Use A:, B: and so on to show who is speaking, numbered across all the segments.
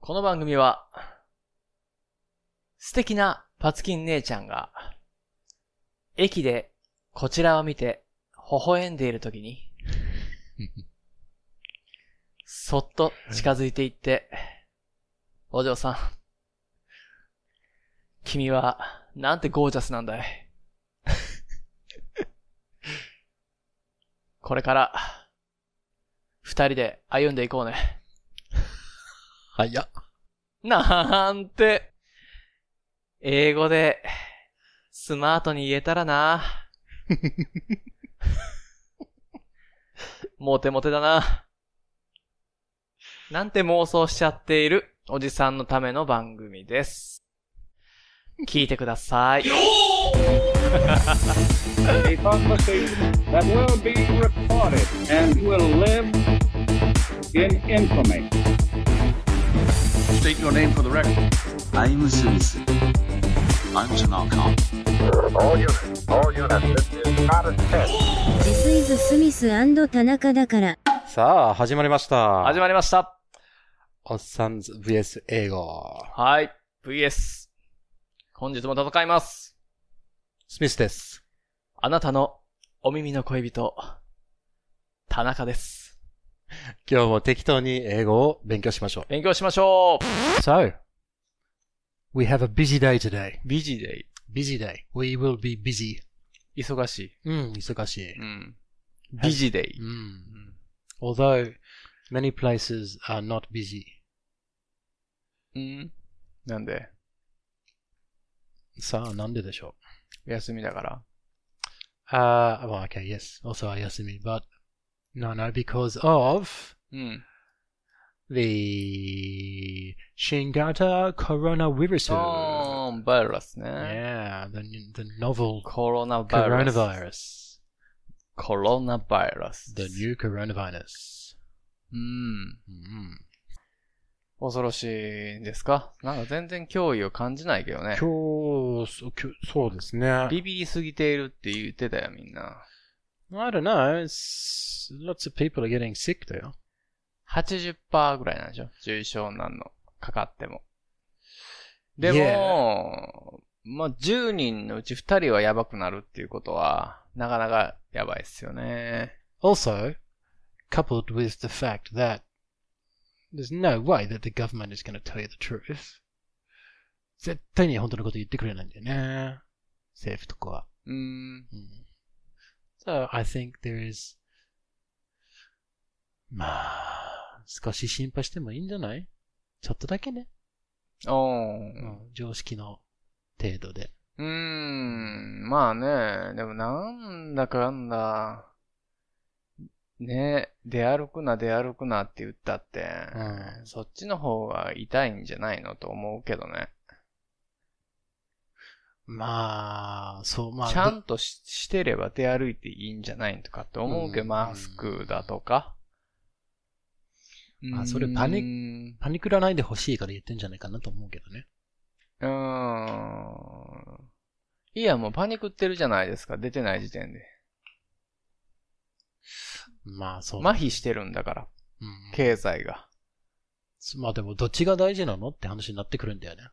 A: この番組は、素敵なパツキン姉ちゃんが、駅でこちらを見て微笑んでいるときに、そっと近づいていって、お嬢さん、君はなんてゴージャスなんだい。 これから、二人で歩んでいこうね。
B: はい、や。
A: なんて、英語で、スマートに言えたら な。モテモテだな。なんて妄想しちゃっているおじさんのための番組です。聞いてください。
C: a conversation that will be recorded and will live in infamy.
D: State your name for the record.
E: I'm Smith. I'm Tanaka.
F: All units, all units, this is not a test.
G: ジスイズ・スミス田中だから。
B: さあ、始まりました。
A: 始まりました。
B: おっさんず VS 英語。
A: はい。VS。本日も戦います。
B: スミスです。
A: あなたのお耳の恋人、田中です。
B: 今日も適当に英語を勉強しましょ
A: 勉強しましょ
B: う。So, we have a busy day today.
A: う。ビジデイ。
B: Busy day. We will be busy.
A: 忙しい。
B: うん、忙しい。
A: うん。ビジデイ。
B: うん。Although, many places are not busy.
A: うん。なんで
B: さあ、なんででしょ
A: 休みだから。
B: うああ、well, Uh, okay, yes. Also, 休み but, no, no, because of
A: うん。
B: the 新型コロナウイルス。Oh,
A: コーンバイラスね。
B: Yeah, the, the novel
A: コロナバイラス。
B: coronavirus.
A: コロナバイラス。
B: The new coronavirus. Hmm.
A: うん。
B: うん
A: 恐ろしいですかなんか全然脅威を感じないけどね。
B: 今日、そ今日そうですね。I
A: ビビりすぎているって言ってたよ、みんな。
B: don't know. It's- Lots of people are getting sick there.
A: 80%ぐらいなんでしょ重症なんの。かかっても。で
B: Yeah.
A: も、まあ、10人のうち2人はやばくなるっていうことは、なかなかやばいっすよね。
B: Also, coupled with the fact that there's no way that the government is going to tell you the truth. 絶対に本当のこと言ってくれないんだよね。政府とかは。
A: うーん。
B: Mm. So I think there is まあ、少し心配してもいいんじゃないちょっとだけね。
A: おー。
B: うん常識の程度で。
A: うーん、まあね、でもなんだかんだ、ね、出歩くな出歩くなって言ったって、
B: うん
A: そっちの方が痛いんじゃないのと思うけどね。
B: まあ、そう、まあ、
A: ちゃんとししてれば出歩いていいんじゃないとかって思うけど、
B: うん
A: マスクだとか。
B: あそれパニッ
A: ッ
B: パニクらないでほしいから言ってんじゃないかなと思うけどね。
A: ク。うーん。いや、もうパニックってるじゃないですか、出てない時点で。
B: まあ、そう。
A: 麻痺してるんだから、
B: うん
A: 経済が。
B: まあでも、どっちが大事なのって話になってくるんだよね。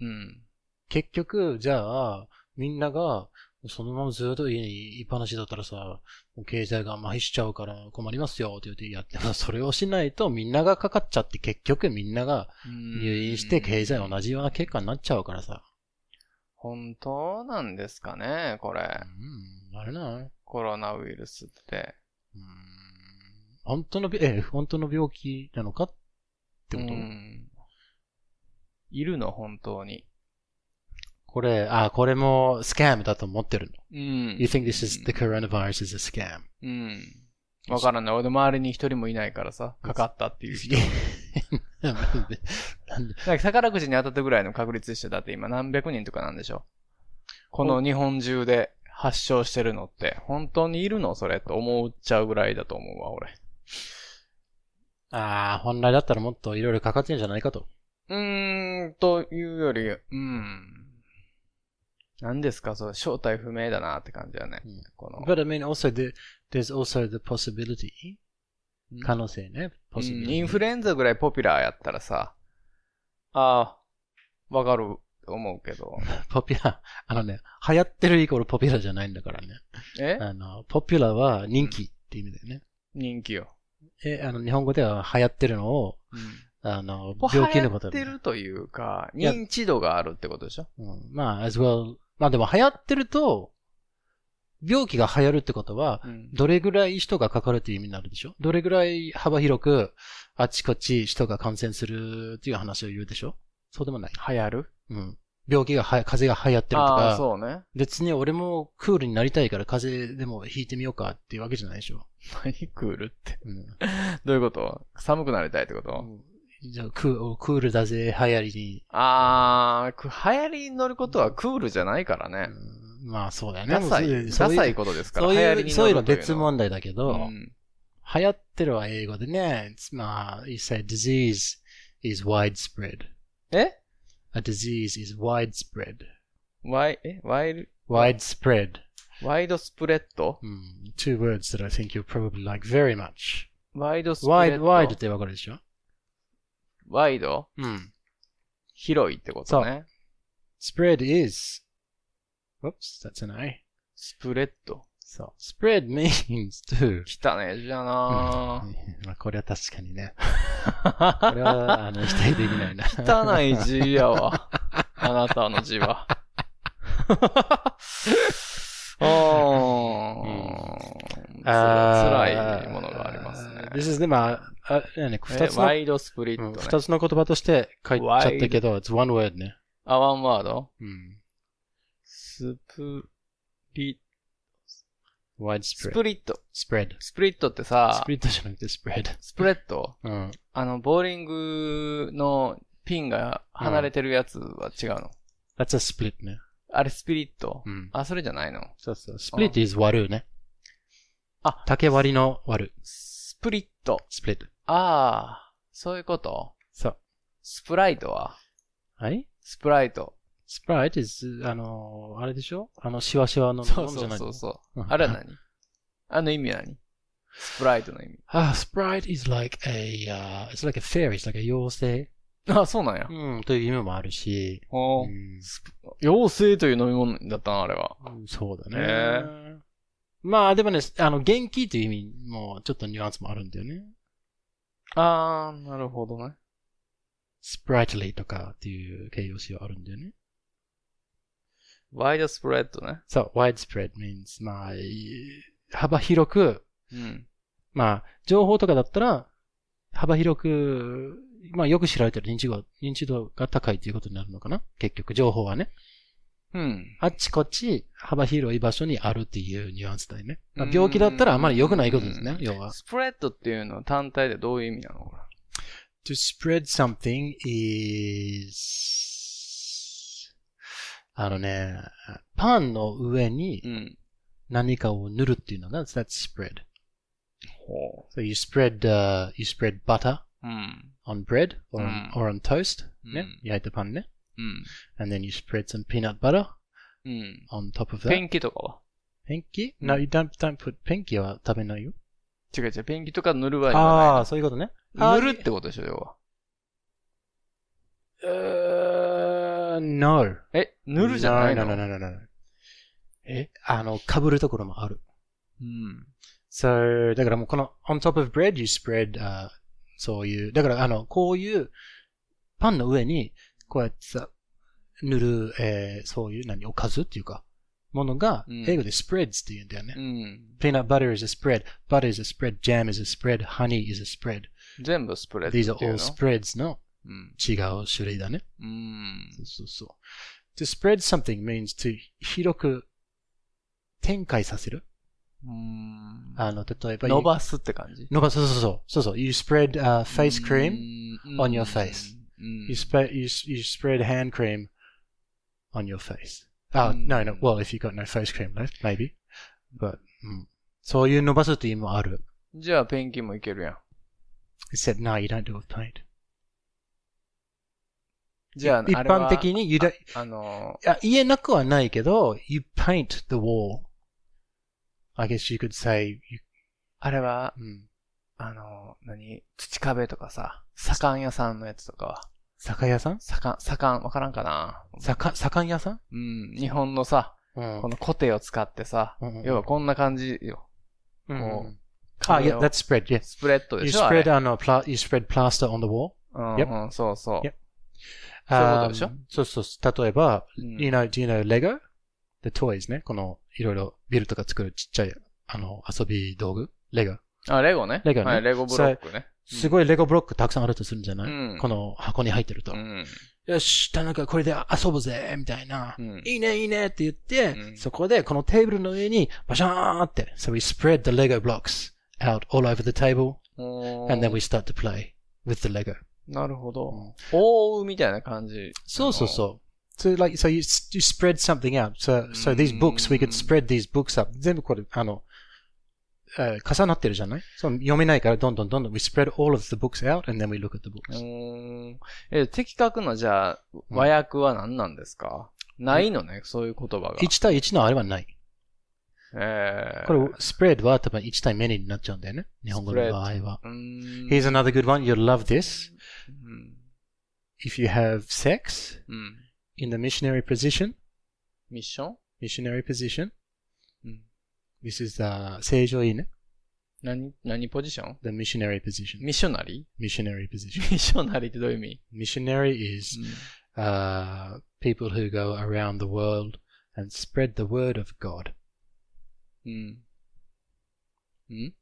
A: うん。
B: 結局、じゃあ、みんなが、そのままずっと家にいっぱなしだったらさ、もう経済が麻痺しちゃうから困りますよって言ってやって、それをしないとみんながかかっちゃって結局みんなが入院して経済同じような結果になっちゃうからさ。
A: 本当なんですかね、これ。
B: うん、あれな。
A: コロナウイルスって。
B: うん本当のび、え、本当の病気なのかってこと、
A: うんいるの、本当に。
B: これ、あ、これもスキャムだと思ってるの。
A: うん。
B: You think this is the coronavirus is a scam?
A: うん。わからない。俺の周りに一人もいないからさ、かかったっていう人。
B: なんで
A: なんか宝くじに当たったぐらいの確率でしたよだって今何百人とかなんでしょ。この日本中で発症してるのって、本当にいるのそれと思っちゃうぐらいだと思うわ、俺。
B: ああ、本来だったらもっといろいろかかってんじゃないかと。
A: うーん、というより、うん。何ですか、その正体不明だなって感じだね。
B: うん
A: この、
B: But I mean, also, the, there's also the possibility. 可能性ね。
A: うん
B: possibility.
A: インフルエンザぐらいポピュラーやったらさ、ああ、わかると思うけ ど。
B: ポピュラー、あのね、流行ってるイコールポピュラーじゃないんだからね。
A: え
B: あの、ポピュラーは人気って意味だよね。
A: 人気よ。
B: え、あの、日本語では流行ってるのを、あの、病気のこと
A: 流
B: で
A: 行ってるというか、
B: いや
A: 認知度があるってことでしょ
B: うん、まあ、as well。まあでも流行ってると、病気が流行るってことは、
A: うん
B: どれぐらい人がかかるっていう意味になるでしょどれぐらい幅広く、あちこち人が感染するっていう話を言うでしょそうでもない。
A: 流行る
B: うん。病気がは、風邪が流行ってると
A: ああ、
B: か、
A: そうね。
B: 別に俺もクールになりたいから風邪でも引いてみようかっていうわけじゃないでしょ。
A: 何クールって。
B: うん。
A: どういうこと寒くなりたいってこと、
B: じゃあクークールだぜ、流行りに。
A: あー、く流行りに乗ることはクールじゃないからね。
B: うんまあそうだよね。
A: ダサい、
B: もう
A: ダ
B: そう
A: サいことですから。
B: そう
A: 流行
B: い
A: り
B: う、
A: に
B: そ
A: 乗
B: うい
A: る
B: うの
A: という
B: 別
A: のは
B: 問題だけど、
A: うん
B: 流行ってるは英語でね、つまあ、you say disease is widespread.
A: え
B: A disease is widespread.
A: ワイ、えワイル、
B: Widespread.
A: ワイドスプレッド
B: Hmm, two words that I think you'll probably like very much.
A: ワイドスプレッ
B: Wide,
A: ド。
B: wide ってわかるでしょ
A: ワイド
B: うん。
A: 広いってことね。
B: spread is, whoops, that's an I.
A: スプレッド。
B: So, spread means to.
A: 汚ねえじゃなぁ。
B: まあ これは確かにね。これは、あの、否定できないな。
A: 汚い字や わ。あなたの字は。あー。つら辛いものがありますね。
B: This is で、まあ、あ、ね、
A: え
B: 二つの
A: ワイドスプリット、ね。
B: 二つの言葉として書いちゃったけど、it's one word ね。Hmm.
A: あ、ワンワード
B: うん。
A: スプリ、ス
B: widespread.
A: プリット。
B: spread.
A: スプリットって
B: ス
A: さ
B: プ、リットじゃなくて spread.
A: スプレッド
B: うん。
A: あの、ボーリングのピンが離れてるやつは違うの、
B: that's a split ね。
A: あれスピリット、
B: うん。
A: あ、それじゃないの
B: そうそう。split is 割るね。
A: あ、
B: 竹割りの割る。
A: スプリット。
B: split.
A: ああ、そういうこと
B: そう。
A: スプライトは
B: はい
A: スプライト。
B: ?sprite is, あの、あれでしょあの、しわしわの
A: そう
B: 飲むじ
A: そ
B: ゃな
A: う
B: い
A: そう
B: の。
A: そう。
B: うん
A: あれは 何あの意味は何スプライトの意味。
B: あ、sprite is like a, uh, it's like a fairy, it's like a 妖
A: あ、そうなんや
B: 精。。うん、という意味もあるし。
A: ほう
B: うん
A: スプ妖精という飲み物だったな、あれは。
B: そうだ
A: へ
B: ね。まあでもね、あの、元気という意味も、ちょっとニュアンスもあるんだよね。
A: あー、なるほどね。
B: sprightly とかっていう形容詞はあるんだよね。
A: ワイドスプレッドね。
B: そう、widespread means, まあ、い幅広く、
A: うん。
B: まあ、情報とかだったら、幅広く、まあ、よく知られてる認知度、認知度が高いということになるのかな結局、情報はね。
A: うん。
B: あっちこっち、幅広い場所にあるっていうニュアンスだよね。まあ
A: うん
B: 病気だったらあまり良くないことですね、
A: うん
B: 要は。
A: スプレッドっていうのは単体でどういう意味なの
B: To spread something is あのね、パンの上
A: う
B: に
A: ん。
B: 何かを塗るっていうのが、that's spread.
A: ほ
B: So you spread,、uh, you spread butter
A: う。うん。
B: on bread or
A: う
B: on,、
A: ん
B: or on toast.、
A: う
B: ね
A: ん、
B: 焼いたパンね。
A: うん。
B: And then you spread some peanut butter
A: うん。
B: on top of
A: ペ
B: that.
A: ンキとかは
B: ペンキ
A: うん
B: ?No, you don't, don't put ペンキは食べないよ。
A: 違う違う、ペンキとか塗る場合じゃ
B: ああ、そういうことね。
A: ない。塗るってことでしょ、要は。
B: うーん no.
A: え、塗るじゃないの
B: No, no, no, no, no, no. えあの、被るところもある。
A: うん。
B: So, だからもうこの on top of bread you spread, あそういう、だからあの、こういうパンの上にこうやってさ、塗る、えーそういう何、おかずっていうか、ものが
A: うん
B: 英語で spreads って言うんだよね。
A: うん。
B: peanut butter is a spread, butter is a spread, jam is a spread, honey is a spread.
A: 全部スプレッ
B: These
A: ド
B: are
A: っていう
B: all
A: の。
B: spreads の
A: うん。
B: 違う種類だね。
A: うん。
B: そうそうそう。to spread something means to 広く展開させる。
A: うん。
B: あの、例えば、
A: 伸ばすって感じ。
B: 伸ばす、そうそうそう。そうそう。You spread、uh, face cream,
A: うん
B: on your face.
A: うん
B: you, spe- you, s- you spread hand cream on your face. Oh,
A: うん
B: no, no. Well, if you've got no face cream left, maybe. But, うんそういう伸ばすっていう意味もある。
A: じゃあ、ペンキもいけるやん。
B: Except, no, you don't do it with paint.
A: じゃあ、
B: 一
A: あれは
B: 般的に、you don't,
A: あの
B: あ言えなくはないけど、you paint the wall. I guess you could say, you,
A: あれは、
B: うん
A: あの何土壁とかさ、左官屋さんのやつとかは。
B: 酒屋さん
A: 盛ん、盛ん、わからんかな。
B: 酒、酒屋さん
A: うん、日本のさ、
B: うん
A: このコテを使ってさ、
B: うんうん
A: 要はこんな感じよ。
B: うん
A: こう
B: あ、い
A: 壁
B: や、
A: を
B: that's spread, yes.
A: スプレッド
B: You
A: でしょあれ
B: spread, on a pla- you spread plaster on the wall.
A: うん、
B: Yep.
A: うん、そうそう。
B: Yep.
A: そういうことでしょ
B: Um, そうそう。例えば、
A: うん
B: you know, do you know Lego? The toys ね。この、いろいろビルとか作るちっちゃい、あの、遊び道具。レゴ。
A: あ、レゴね。
B: レゴね
A: はい、レゴブロックね。
B: すごいレゴブロックたくさんあるとするんじゃない、
A: うん
B: この箱に入ってると。
A: うん。
B: よし、田中これで遊ぼうぜみたいな。
A: うん。
B: いいね、いいねって言って、
A: うん
B: そこでこのテーブルの上にバシャーンって。So we spread the Lego blocks out all over the table
A: お
B: and then
A: ー
B: we start to play with the Lego.
A: なるほ
B: う
A: ど
B: ん。
A: 覆うみたいな感じ。
B: そうそうそう。So like, so you, s- you spread something out. So, so these books, we could spread these books up. 全部これ、あの、えー重なってるじゃないそう読めないからどんどんどんどん we spread all of the books out and then we look at the
A: う
B: books.
A: ーん。え、的確な、じゃあ、和訳は何なんですかないのね、そういう言葉が。
B: 1対1のあれはない。
A: えー
B: これ、spread は多分1対 many になっちゃうんだよね。日本語の場合は。
A: うーん。
B: Here's another good one. You'll love this.
A: うん。
B: If you have sex
A: うん。
B: in the missionary position,
A: ミッション
B: missionary position,
A: うん。
B: this is the 正常位ね。
A: 何、何ポジション
B: the missionary position,
A: ミッショナリ
B: missionary
A: ー
B: position.
A: ミッショナリーってどういう意味
B: Missionary is uh, people who go around the world and spread the word of God.
A: うん。うん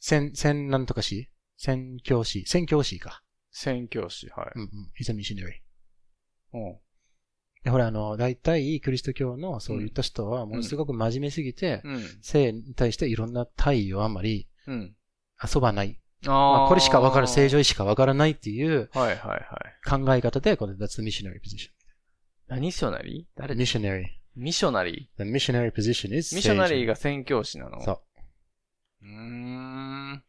B: 宣、宣なんとか師宣教師。宣教師か。
A: 宣教師、は
B: うんうん。He's a missionary.
A: い。うん。
B: でほら、あの、大体、クリスト教のそういった人は、ものすごく真面目すぎて、
A: うん。
B: 性に対していろんな体位をあんまり
A: うん。
B: 遊ばない。
A: あー、
B: まあ、これしかわかる、正常位しかわからないっていう
A: はいはいはい。
B: 考え方で、これ、that's the missionary position.
A: 何ショナリー誰
B: missionary.
A: ミッショナリ
B: The missionary position is
A: ーミッショナリー
B: が。
A: が宣教師なの
B: そう。
A: うーん。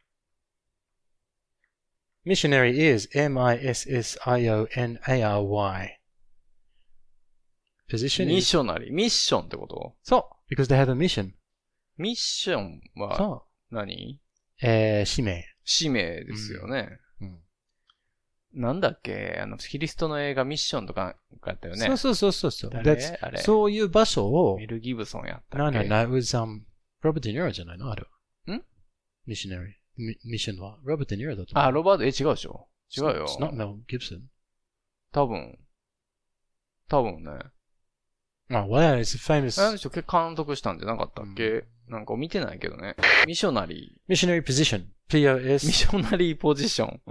B: missionary is M-I-S-S-I-O-N-A-R-Y. Position
A: ミッ
B: is,
A: ショナリー。ミッションってこと
B: そう because they have a mission.
A: ミッションは
B: そ
A: 何
B: う。えー、使命。
A: 使命ですよね。
B: うん
A: なんだっけあの、キリストの映画ミッションとかがあったよね。
B: そうそうそうそう。
A: 誰
B: That's-
A: あれ
B: そういう場所を
A: メ、ル・ギブソンやった
B: な
A: っ
B: ん
A: け
B: だ、it was, um, Robert De Niro じゃないのあれは。
A: ん
B: ?missionary. ミミッションは。Robert De Niro だと思う。
A: あ、ロバート、え、違うでしょ違う
B: It's
A: よ
B: not-。It's not Mel Gibson.
A: 多分。多分ね。
B: あ、well, it's a famous
A: あの人、け監督したんじゃなかったっけ、
B: うん
A: なんか見てないけどね。ミッショナリ
B: missionary position.
A: ー。ミ ッ
B: P-O-S.
A: ショナリーポジション。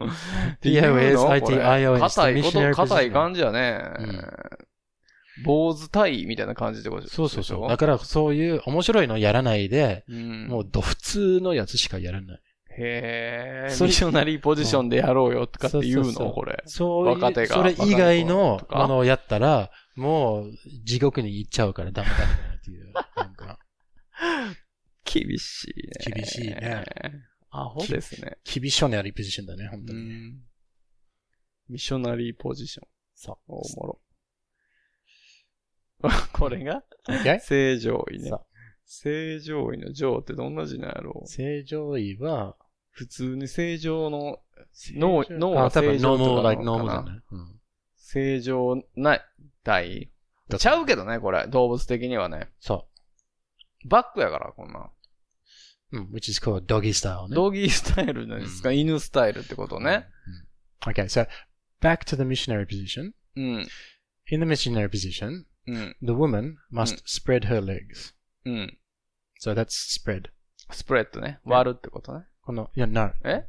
B: P-O-S-I-T-I-O-N
A: これ
B: It's the
A: 硬いこと、
B: missionary
A: 硬
B: position.
A: い感じやね。坊主体みたいな感じってことでしょ
B: そうそうそう。だからそういう面白いのやらないで、
A: うん、
B: もうど普通のやつしかやらない。
A: へえ。ミ
B: それ
A: ッショナリーポジションでやろうよとかって言う
B: そうそうそ
A: の
B: う
A: これ。
B: そういう
A: 若手が
B: それ以外
A: 若
B: の
A: い子とか
B: ものをやったら、もう地獄に行っちゃうからダメダメだなっていう。なん か、
A: 厳しいね。
B: 厳しいね。
A: アホですね。
B: 厳しょねありポジションだね、本当に。
A: ミッショナリーポジション。
B: そ
A: おも ろ。これが
B: う。Okay?
A: 正常位ね
B: そ。う
A: 正常位の常ってどんな字なんやろう
B: 正常位は、
A: 普通に正常の、脳、脳
B: あ
A: は
B: 多分
A: 正常とか
B: normal,
A: な
B: like
A: のか
B: normal じ
A: な
B: ゃない、うん、
A: 正常ない、体。ちゃうけどね、これ。動物的にはね。
B: そ
A: バックやから、こんなん。
B: う。うん、which is called doggy style ね。
A: ドギースタイルじゃないですか。犬スタイルってことね。
B: うん。Okay, so back to the missionary position.
A: うん。
B: In the missionary position,
A: うん。
B: the woman must spread her legs.
A: うん。
B: So that's spread.
A: スプレッドね。割るってことね。
B: この、いや、no.
A: え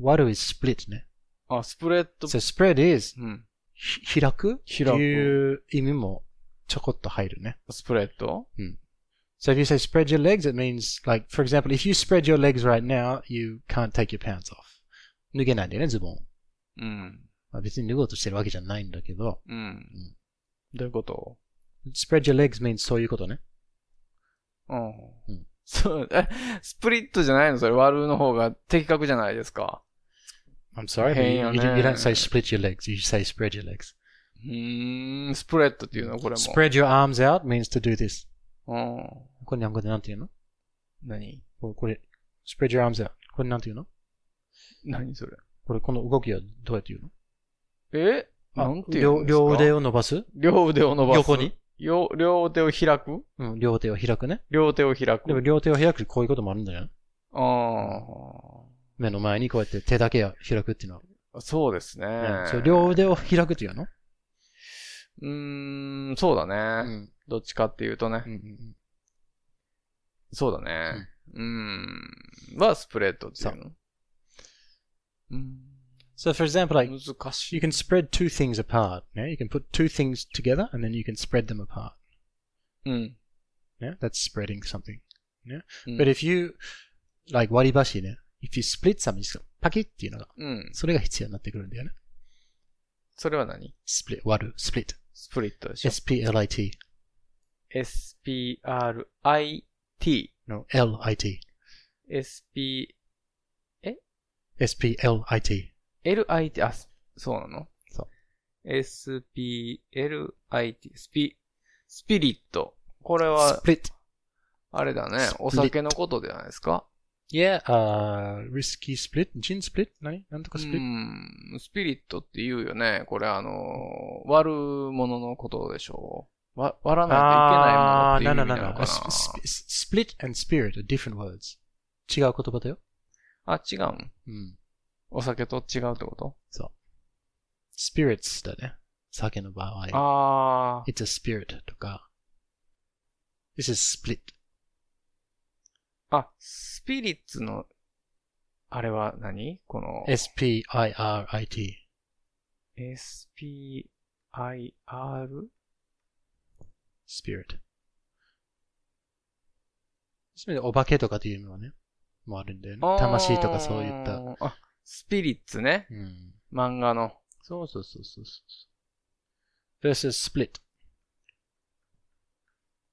B: Water is split ね。
A: あ、スプレッド。
B: So spread is
A: うん。
B: ひ開く
A: 開く
B: っていう意味もちょこっと入るね。
A: スプレッド
B: So if you say spread your legs, it means like, for example, if you spread your legs right now, you can't take your pants off. 脱げないんだよね、ズボン。
A: うん。
B: まあ、別に脱ごうとしてるわけじゃないんだけど、
A: うん。どういうこと
B: spread your legs means そういうことね。
A: うん
B: うん。
A: そう、え、スプリットじゃないのそれ割るの方が的確じゃないですか。
B: I'm sorry, but
A: 変
B: you,
A: よ
B: you
A: ね
B: don't- you don't say split your legs, you say spread your legs.
A: うーん、スプレッドっていうのこれも。
B: Spread your arms out means to do this.
A: うん。
B: これ日本語でなんて言うの
A: 何
B: これこれ、spread your arms out. これなんて言うの
A: 何それ
B: これこの動きはどうやって言うの
A: え
B: あ
A: なんていうん
B: 両
A: ですか
B: 両腕を伸ばす
A: 両腕を伸ばす。
B: 横に
A: よ両手を開く
B: うん、両手を開くね。
A: 両手を開く。
B: でも両手を開くこういうこともあるんだよ。
A: あ
B: 目の前にこうやって手だけを開くっていうの
A: あ。そうですね
B: は。うん。そう両腕を開くっていうの
A: うーん、そうだ
B: う
A: ね、
B: ん。
A: どっちかっていうとね。
B: うんうん
A: そうだね。うん。は、スプレッドっていうのうん。
B: So for example, like
A: 難し
B: you
A: い。
B: can spread two things apart. Yeah? You can put two things together and then you can spread them apart.
A: うん。
B: Yeah? That's spreading something. Yeah?
A: うん
B: But if you, like 割り箸ね。If you split something, パキッっていうのが、
A: うん。
B: それが必要になってくるんだよね。
A: それは何
B: split, 割る、split。
A: スプリットでしょ
B: split.
A: ?sprit。
B: No, lit.
A: sp,
B: split.
A: lit, あ、そうなのそう。sp, lit, スピ、スピリット。これは、
B: split.
A: あれだね
B: ス。プリット
A: お酒のことじゃないですか
B: Yeah, uh, risky split, gin split? 何なんとか
A: う
B: split?
A: ん。スピリットって言うよね。これあのー、割るもののことでしょう。わ割らないといけないものっていう意味なのかな
B: no, no, no. Sp- sp- Split and spirit are different words. 違う言葉だよ。
A: あ、違うん。
B: うん。
A: お酒と違うってこと
B: spirits だね。酒の場合。
A: Ah. あ
B: It's a spirit とか。This is split.
A: あ。あ、スピリッツの、あれは何この、
B: s-p-i-r-i-t.
A: SPIR?
B: spirit. つまりお化けとかっていうのはね、もあるんだよね。魂とかそういった。
A: あー。あ、スピリッツね。
B: うん。
A: 漫画の。
B: そうそうそうそうそう。versus split.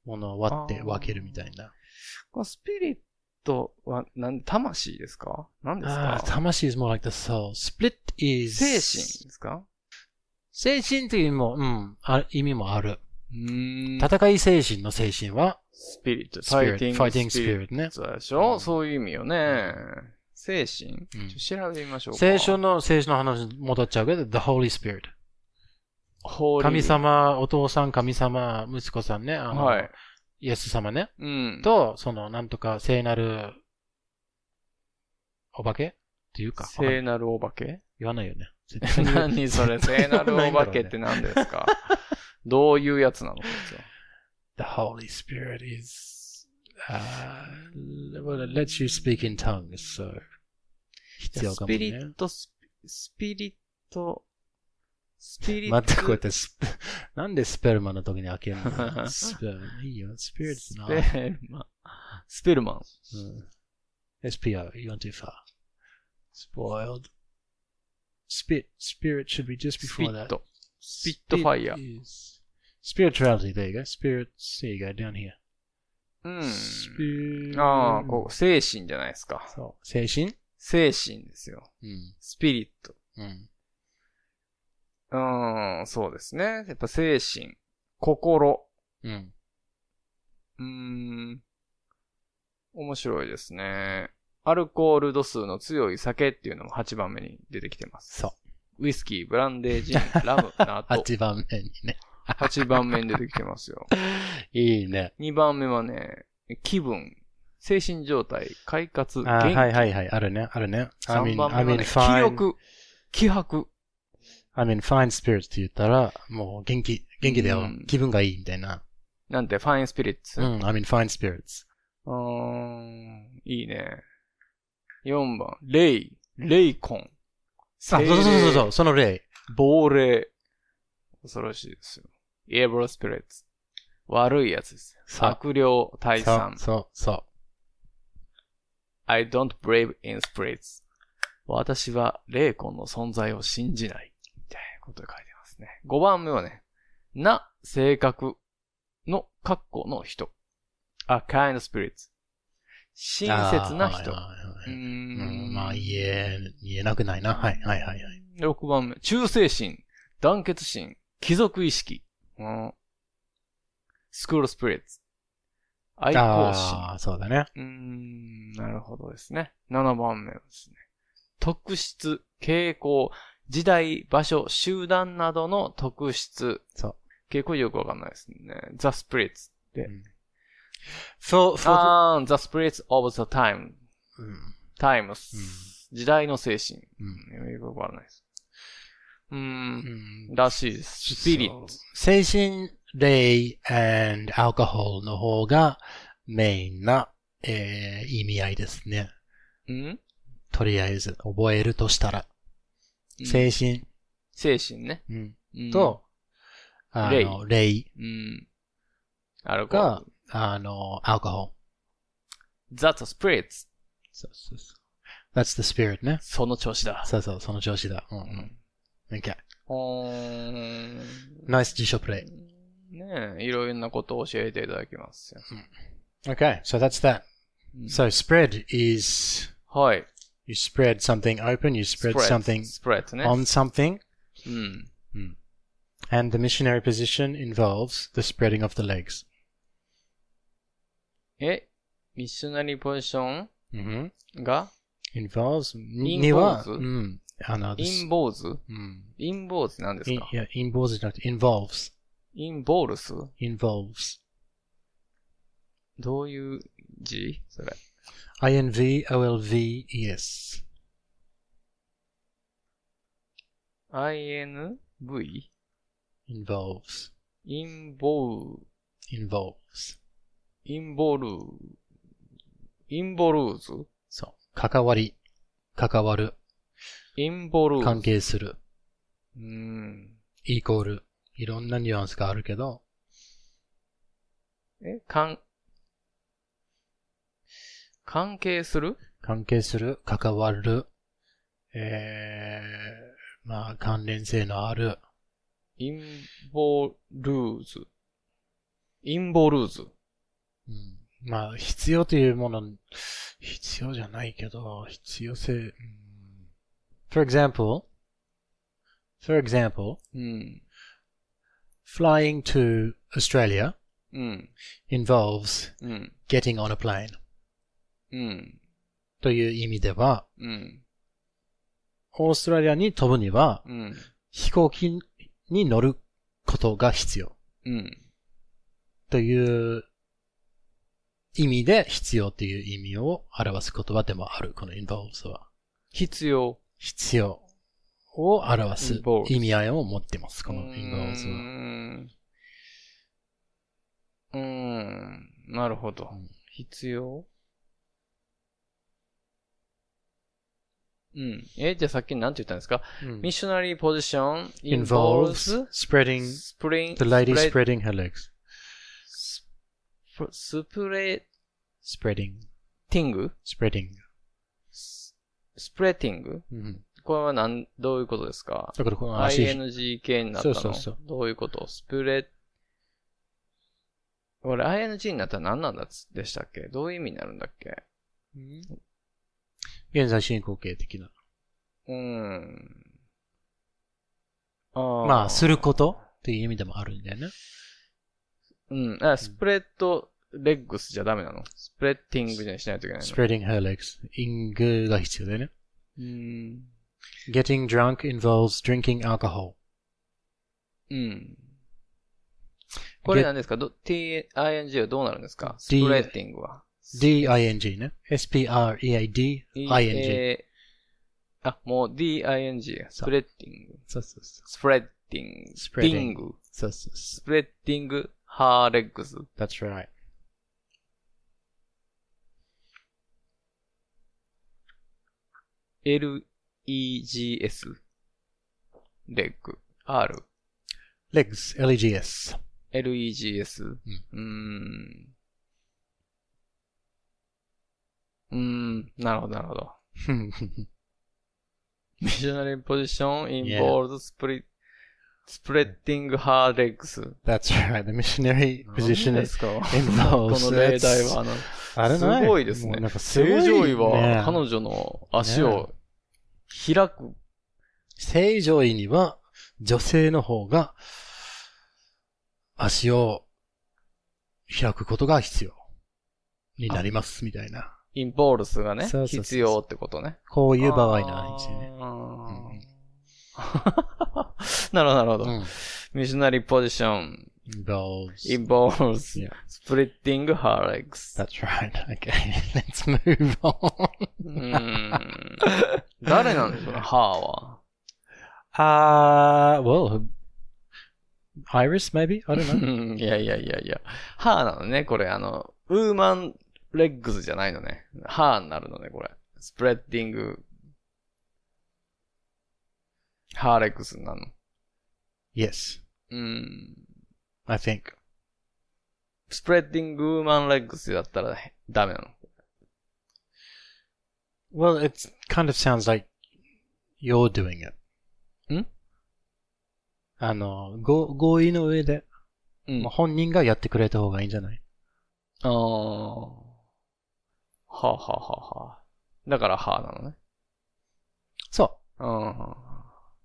B: ものを割って分けるみたいな。
A: このスピリットは、なん、魂ですか何です
B: ああ、
A: か
B: 魂 is more like the soul. split is
A: 精神ですか
B: 神。精神という意味も、うん、あ意味もある。
A: うーん。
B: 戦い精神の精神は、
A: スピリット、ファイティ
B: spirit,
A: ン
B: fighting
A: グスピリッ
B: spirit ね。
A: トでしょ、
B: うん
A: そういう意味よね。精神、
B: うん
A: ちょっと調べてみましょうか。
B: 聖書の、聖書の話に戻っちゃうけど、the holy spirit. 神。様、お父さん、神様、息子さんね、あの、
A: はい。
B: イエス様ね、
A: うん。
B: と、その、なんとか、聖なる、お化けっていうか、わかんない
A: 聖なるお化け
B: 言わないよね。絶対に言う
A: 何それ、聖なるお化けって何ですかどういうやつなのこいつは
B: The Holy Spirit is, uh, well, it lets you speak in tongues, so. 必要か
A: ス
B: もね
A: ピ。リット、スピスピリット、スピリット。
B: またこうやってスペ、なんでスペルマの時に開ける のスペルマ、いいよ、スピリッ
A: ス
B: トな。
A: ペルマン。スペルマン。
B: Mm. SPO, you went too far. Spoiled. Spit. Spirit should be just
A: ス
B: before
A: ピッ
B: that.
A: ト。Spit fire.
B: is- Spirituality, there you go. Spirit, there you go, down here.
A: うん。
B: Spirit.
A: ああ、こう、精神じゃないですか。
B: そう。精神
A: 精神ですよ。
B: うん。
A: スピリット。
B: うん。
A: うーん、そうですね。やっぱ精神、心。
B: うん。
A: うーん。面白いですね。アルコール度数の強い酒っていうのも8番目に出てきてます。
B: そう。
A: ウイスキー、ブランデー、ジン、ラム、ナート。
B: 8番目にね。
A: 8番目に出てきてますよ。
B: いいね。
A: 2番目はね、気分、精神状態、快活、
B: あーは
A: 元
B: いはいはい。あるね。あるね。
A: 気。
B: I'm
A: 3
B: in,
A: 番目は
B: I'm in
A: ね、気
B: fine,
A: 力、気迫。
B: I'm in fine spirits って言ったら、もう元気、元気だ
A: う
B: よ
A: ん。
B: 気分がいいみたいな。
A: なんて、ファインスピリッツ。
B: う。
A: うん
B: I'm in hmm, fine spirits.
A: ーん、いいね。4番、レイ、レイコン。。
B: あ、そうそうそうそうう。その例。
A: 亡霊。恐ろしいですよ。イエブロスピリッツ。悪いやつです。
B: そう
A: 悪霊退散。
B: そう、そう。
A: I don't believe in spirits. 私は霊魂の存在を信じない。みたいなことで書いてますね。5番目はね、な、性格の括弧の人。A kind spirit. 親切な人。
B: あー
A: う
B: はいはい
A: ー
B: はい
A: ん
B: うんまあ、言え、言えなくないな。はい、はい、はい、はい。
A: 6番目、忠誠心、団結心、貴族意識。うん、スクールスピリッツ。愛好心。
B: ああ、そうだね。
A: うーん、なるほどですね。7番目ですね。特質、傾向、時代、場所、集団などの特質。
B: そう。
A: 結構よくわかんないですね。The Spirits って。
B: そう、そう。
A: あー、The Spirits of the Time,
B: うん。
A: Times、時代の精神。
B: うん。
A: よくわからないです。うー、
B: うんん。
A: らしいです。スピリッ
B: そう
A: ツ。
B: 精神、霊 and アルコホールの方がメインな、えー、意味合いですね。
A: うん
B: とりあえず、覚えるとしたら。
A: うん
B: 精神、
A: 精神ね。
B: うん
A: うん、
B: と、あの、霊
A: うん。アルコー
B: が
A: ル。、
B: あの、アルコホール。
A: That's the spirits.
B: そうそうそう。That's the spirit ね。
A: その調子だ。
B: そうそう、その調子だ。うんう。
A: うんん。
B: OK。
A: ほーん。
B: ナイス辞書プレイ。
A: ねえ、いろいろなことを教えていただきますよ。
B: Okay, so that's that.
A: うん
B: So spread is,
A: はい。
B: you spread something open, you spread something
A: spread ね。
B: on something.
A: うん。
B: And the missionary position involves the spreading of the legs.
A: え、ミッショナリーポジショ
B: Mm-hmm.
A: ンが
B: Involves Mm.
A: 陰
B: Ah,
A: 謀図？
B: には、うん、あの、
A: インボーズ
B: うん、
A: インボーズなんです
B: い
A: か
B: や、involves じゃなくて involves,
A: インボールス
B: involves,
A: どういう字それ。
B: E involves.
A: INV?
B: involves,
A: インボウ、
B: involves.
A: インボルー、インボルーズ
B: そう。関わり、関わる、
A: インボルーズ。
B: 関係する、
A: うん。
B: イコール。いろんなニュアンスがあるけど、
A: え、関、関係する
B: 関係する、関わる、えー、まあ、関連性のある、
A: インボルーズ。インボルーズ。
B: うんまあ、必要というもの、必要じゃないけど、必要性。うん For example, for example,
A: うん。
B: flying to Australia
A: うん。
B: involves
A: うん。
B: getting on a plane
A: うん。
B: という意味では、
A: うん。
B: オーストラリアに飛ぶには
A: うん。
B: 飛行機に乗ることが必要
A: うん。
B: という意味で必要という意味を表す言葉でもある、この involves は。
A: 必要。
B: 必要を表す
A: Involves
B: 意味合いを持ってます、この
A: うー
B: involves は。
A: んうーん。なるほど
B: うん。
A: 必要うん。え、じゃあさっきなんて言ったんですか、ミッショナリーポジション
B: involves
A: involves
B: spreading,
A: spring,
B: the lady
A: spread-
B: spreading her legs.
A: sp- spreading,
B: spreading, spreading.
A: spreading?
B: うん
A: これはなん、どういうことですか
B: だからこの足、
A: ?ing 系になったの
B: そうそうそう
A: どういうことスプレッ、これ ing になったら何なんだっつでしたっけどういう意味になるんだっけ
B: 現在進行形的な。
A: うーん。あ
B: まあ、する
A: か。
B: ことっていう意味でもあるんだよね。
A: うん。あ、スプレッドレッグスじゃダメなのスプレッティングじゃしないといけないの
B: spreading her legs. ing が必要だよね。
A: うーん。
B: getting drunk involves drinking alcohol.
A: うん。これ何ですかど ?t-ing はどうなるんですかスプ
B: D-
A: レッティングは。
B: d-i-n-g ね。s-p-r-e-a-d, ing.
A: E-A- あ、もう d-ing や。スプレッティング。
B: そうそうそう。
A: スプレッティング。
B: スプレッティン
A: グ。
B: そうそうそ
A: スプレッティング、ハーレッグス。
B: う。that's right.
A: レッグ L-E-G-S。レッグ。R。
B: legs, legs.
A: L-E-G-S。うーん。うーん。なるほど、なるほど。ミッショナリーポジション、イン
B: Yeah.
A: ボールド、スプリ、スプレッティング、ハーレッグス。
B: That's right. The missionary position
A: 何で
B: is.
A: すか
B: involves-
A: この例題は、あの、
B: あれ
A: すごいですね
B: もうなんかすごい
A: 正常位
B: ね
A: は彼女の足を開く。
B: 正常位には女性の方が足を開くことが必要になりますみたいな。
A: インボールスがね
B: そうそう、そう
A: 必要ってことね。
B: こう
A: こ
B: いう場合なんですよね。
A: ね。あー なるほど、なるほど。
B: うん。
A: missionary position
B: Involves.
A: involves
B: Yeah.
A: splitting her legs.
B: That's right. Okay. Let's move on.
A: うーん誰なんでしょうね、her は。
B: Uh, well, Iris, maybe? I don't know.
A: うんいやいやいやいや。ハーなのね、これ。あの、ウーマンレッグズじゃないのね。ハーになるのね、これ。スプレッディング。ハーレッグスなの。
B: yes,
A: うん。
B: I think.
A: スプレッディングウーマンレッグスだったらへダメなの。
B: Well, it kind of sounds like you're doing it.
A: ん
B: あの、ご合意の上で、
A: うん
B: まあ、本人がやってくれた方がいいんじゃない
A: あー。はあ、はあはあはあ、だからハーなのね。
B: そ
A: うん。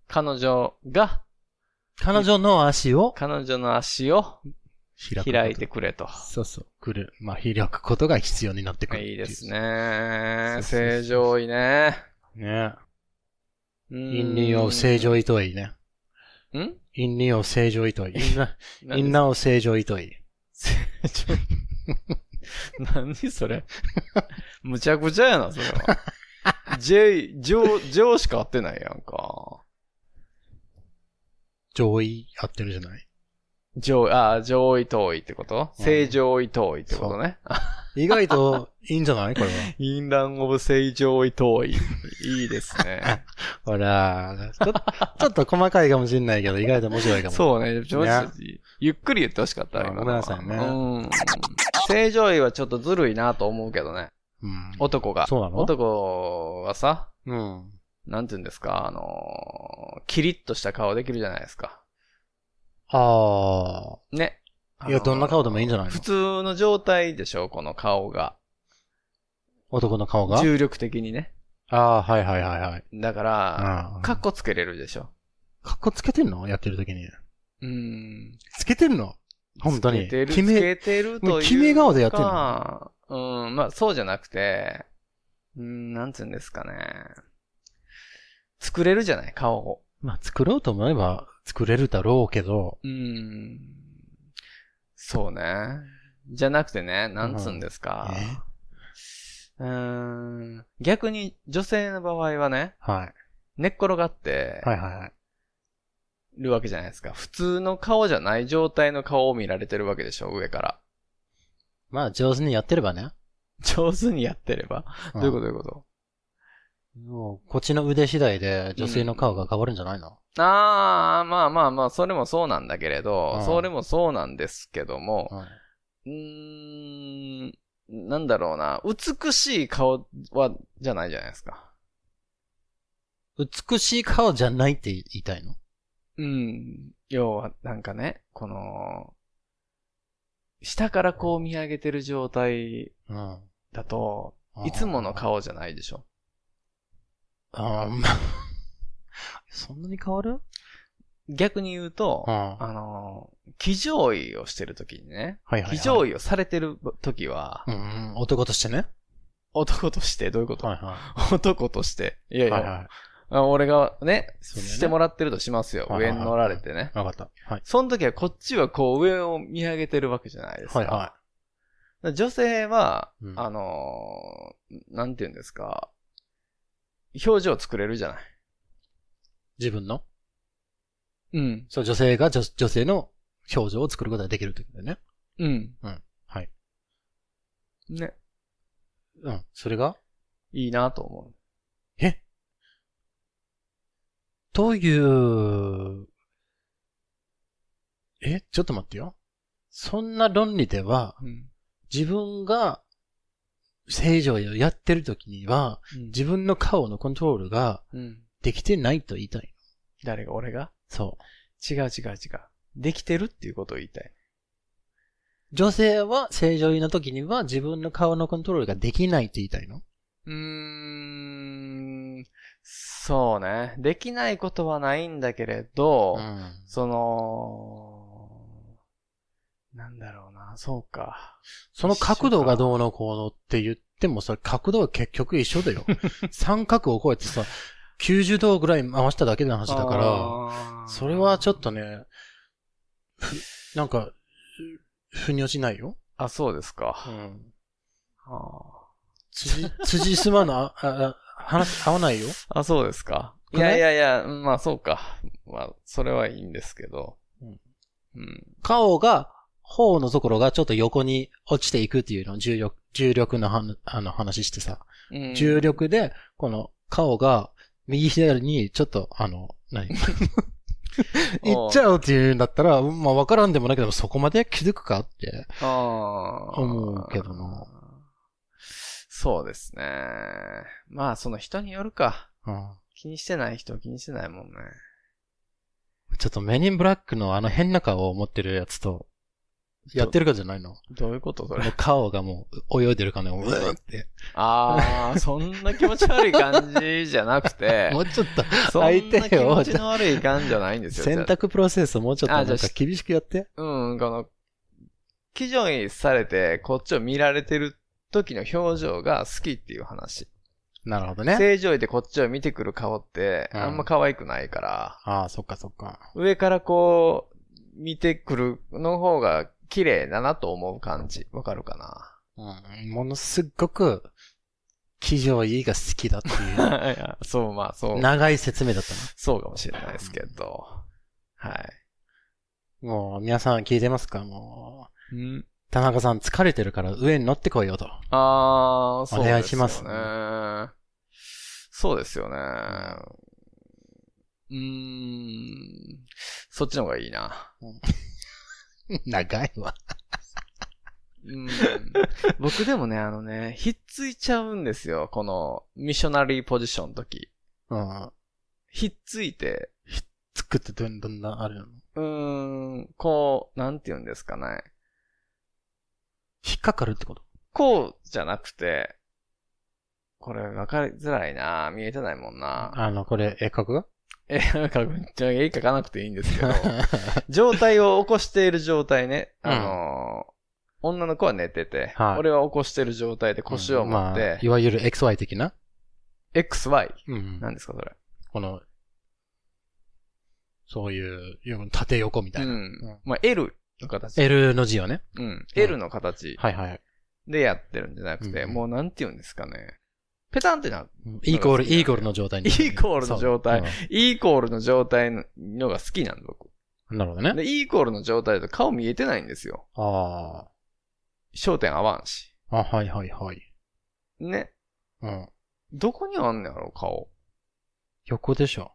A: 彼女が、
B: う。彼女の足を
A: 彼女の足を
B: 開く。
A: 開いてくれと。
B: そうそう。くる。まあ、開くことが必要になってくる。
A: いいです。
B: そ
A: ね
B: う。そうそう
A: 正常位ね。
B: ね。
A: うん
B: インニーを正常意図いいね。
A: ん
B: インニーを正常 意図いい。インナ
A: 何
B: インナーを正常意図いい。
A: 正常位何それ むちゃくちゃやな、それは。J、上、上しか合ってないやんか。
B: 上位合ってるじゃない
A: 上、あ、上位遠いってこと正常位遠いってことね。
B: 意 外といいんじゃないこれは。
A: インランオブ正常位遠い。いいです ね。
B: ほら、ちょちょっと細かいかもしれないけど、意外と面白いかも。う。
A: そうね。ちょっとゆっくり言ってほしかったわ
B: あ
A: 今
B: ごめんなさいね
A: うん。正常位はちょっとずるいなと思うけどね。
B: うん。
A: 男が。
B: そうなの
A: 男はさ、
B: うん。
A: なんて言うんですか、あのーキリッとした顔できるじゃないですか。
B: あ
A: ね。あ
B: あ。い
A: の
B: や、
A: ー
B: どんな顔でもいいんじゃないの
A: 普通の状態でしょ、この顔が。
B: 男の顔が
A: 重力的にね。
B: ああ、はいはいはいはい。
A: だから、
B: うん
A: カッコつけれるでしょ。
B: かっこつけてんのやってる時に。
A: うん。
B: つけてんの本当に。
A: つけてる、
B: 決
A: つ
B: め
A: け、てるというか。
B: 決め顔でやってん
A: うん、まあそうじゃなくて、うん、なんて言うんですかね。作れるじゃない、顔を。
B: まあ、作ろうと思えば作れるだろうけど、
A: うーん。そうね。じゃなくてね、なんつうんですか。うーん。逆に女性の場合はね、
B: は
A: 寝っ転がって
B: い。はいはいはい。
A: るわけじゃないですか。普通の顔じゃない状態の顔を見られてるわけでしょ、上から。
B: まあ、上手にやってればね。
A: 上手にやってれば。どういうことどういうこと
B: もう、こっちの腕次第で女性の顔が変わるんじゃないの、
A: ああ、まあまあまあ、それもそうなんだけれど
B: う、ん
A: それもそうなんですけども、
B: う
A: うー
B: ん
A: ん、なんだろうな、美しい顔は、じゃないじゃないですか。
B: 美しい顔じゃないって言いたいの
A: うん。要は、なんかね、この、下からこう見上げてる状態
B: うん。
A: だと、いつもの顔じゃないでしょ。
B: あー まあ、そんなに変わる
A: 逆に言うと、
B: うん
A: あの、騎乗位をしてるときにね、
B: はい
A: 騎乗位をされてるときは、
B: うんうん、男としてね。
A: 男として、どういうこと、
B: はいは
A: 男として、いや
B: い。
A: いや、
B: はいは
A: あ俺がね、
B: そうだよね
A: してもらってるとしますよ。
B: はい
A: 上
B: はいはい
A: に乗られてね。
B: い。わかった。はい。
A: その時はこっちはこう上を見上げてるわけじゃないですか。
B: はいは
A: 女性は、
B: うん
A: あのーなんて言うんですか、表情作れるじゃない。
B: い。自分の
A: うん。
B: そう、女性が女女性の表情を作ることができるってことだよね。
A: うん。
B: はい。
A: ね。
B: うん。それが
A: いいなと思
B: という、え、ちょっと待ってよ。そんな論理では、
A: う。うん。
B: 自分が正常をやってる時には、自分の顔のコントロールが
A: うん。
B: できてないと言いたい。
A: 誰が、俺が
B: そう。
A: 違う違う違う。できてるっていうことを言いたい。
B: 女性は正常位の時には自分の顔のコントロールができないって言いたいの
A: うーん。そうね。できないことはないんだけれど、
B: ん。
A: その、なんだろうな、そうか。
B: その角度がど うのこうのって言ってもさ、角度は結局一緒だよ。三角をこうやってさ、 90度ぐらい回しただけの話だから、
A: ら
B: それは、ちょっとね、ふなんか、ふふに落ちないよ。
A: あ、そうです
B: う
A: か。
B: ん。
A: あ
B: 辻、辻すまな、あ、あ、話合わないよ。
A: ーあ、そうですか。い
B: これ
A: やいやいや、うんまあそうか。まあ、それはいいんですけど。
B: うん
A: うん。
B: 顔が、頬のところがちょっと横に落ちていくっていうのを重力、重力のはんあの話してさ。
A: うん。
B: 重力で、この顔が、右左に、ちょっと、あの、 何行っちゃうっていうんだったら、まあ分からんでもないけど、そこまで気づくかって。
A: ああ。
B: 思うけどな。
A: そうですね。まあ、その人によるか。
B: うん。
A: 気にしてない人は気にしてないもんね。
B: ちょっとメニンブラックのあの変な顔を持ってるやつと、やってるかじゃな いの
A: どういうことそ
B: も
A: れ
B: う。顔がもう泳いでるかのように、うーんって。
A: ああ、そんな気持ち悪い感じじゃなく て
B: も、うちょっと、
A: そんな気
B: 相手を
A: 持ちの悪い感じじゃないんですよ。
B: 選択プロセスもうちょっとな
A: あ
B: ん
A: じゃ
B: か
A: あ
B: 厳しくやって。
A: うん、この、基準にされて、こっちを見られてる時の表情が好きっていう話。
B: なるほどね。
A: 正常位でこっちを見てくる顔って、
B: うん
A: あんま可愛くないから、
B: ああ、そっかそっか。
A: 上からこう、見てくるの方が綺麗だなと思う感じ。わかるか
B: うん。ものすごく、気丈いいが好きだって い。
A: ないやそう、まあ、 そうう。
B: 長い説明だったな。
A: そうかもしれないですけど。はい。
B: もう、皆さん聞いてますかもう、
A: うん。
B: 田中さん疲れてるから上に乗ってこいよと。
A: あー、そうですよね。
B: お願いします
A: そうですよね。うーん。そっちの方がいいな。
B: 長いわ。
A: うん、僕でもね、あのね、ひっついちゃうんですよ。この、ミッショナリーポジションの時。
B: うん。
A: ひっついて、
B: 作ってどんどんな、あれなの
A: うーん、こう、なんて言うんですかね。
B: 引っかかるってこと
A: こうじゃなくて、これ分かりづらいな見えてないもんな
B: あの、これ、絵描く
A: え、なんか、じゃあ絵描かなくていいんですけど。 状態を起こしている状態ね。
B: うん
A: あのー女の子は寝てて、
B: はい
A: 俺は起こしている状態で腰を持って、
B: まあいわゆる XY 的な。
A: XY。
B: うん
A: なんですか、それ。
B: この、そういう、縦横みた
A: う
B: い
A: ん
B: な。。
A: まあ、L の形。
B: L の字をね。
A: うん。L の形
B: はいはい。
A: でやってるんじゃなくて、
B: うん
A: もうなんて言うんですかね。ペタンってな、
B: イーコール、イーコールの状態に。
A: イーコールの状態
B: そう。
A: イコールの状態ののが好きなんだ、僕。
B: うんなるほどね。
A: で、イコールの状態だと顔見えてないんですよ。
B: あ
A: 焦点合わんし。
B: あ。あ、はいはいはい。
A: ね。
B: うん。
A: どこにあんねやろ、顔。
B: 横でしょ。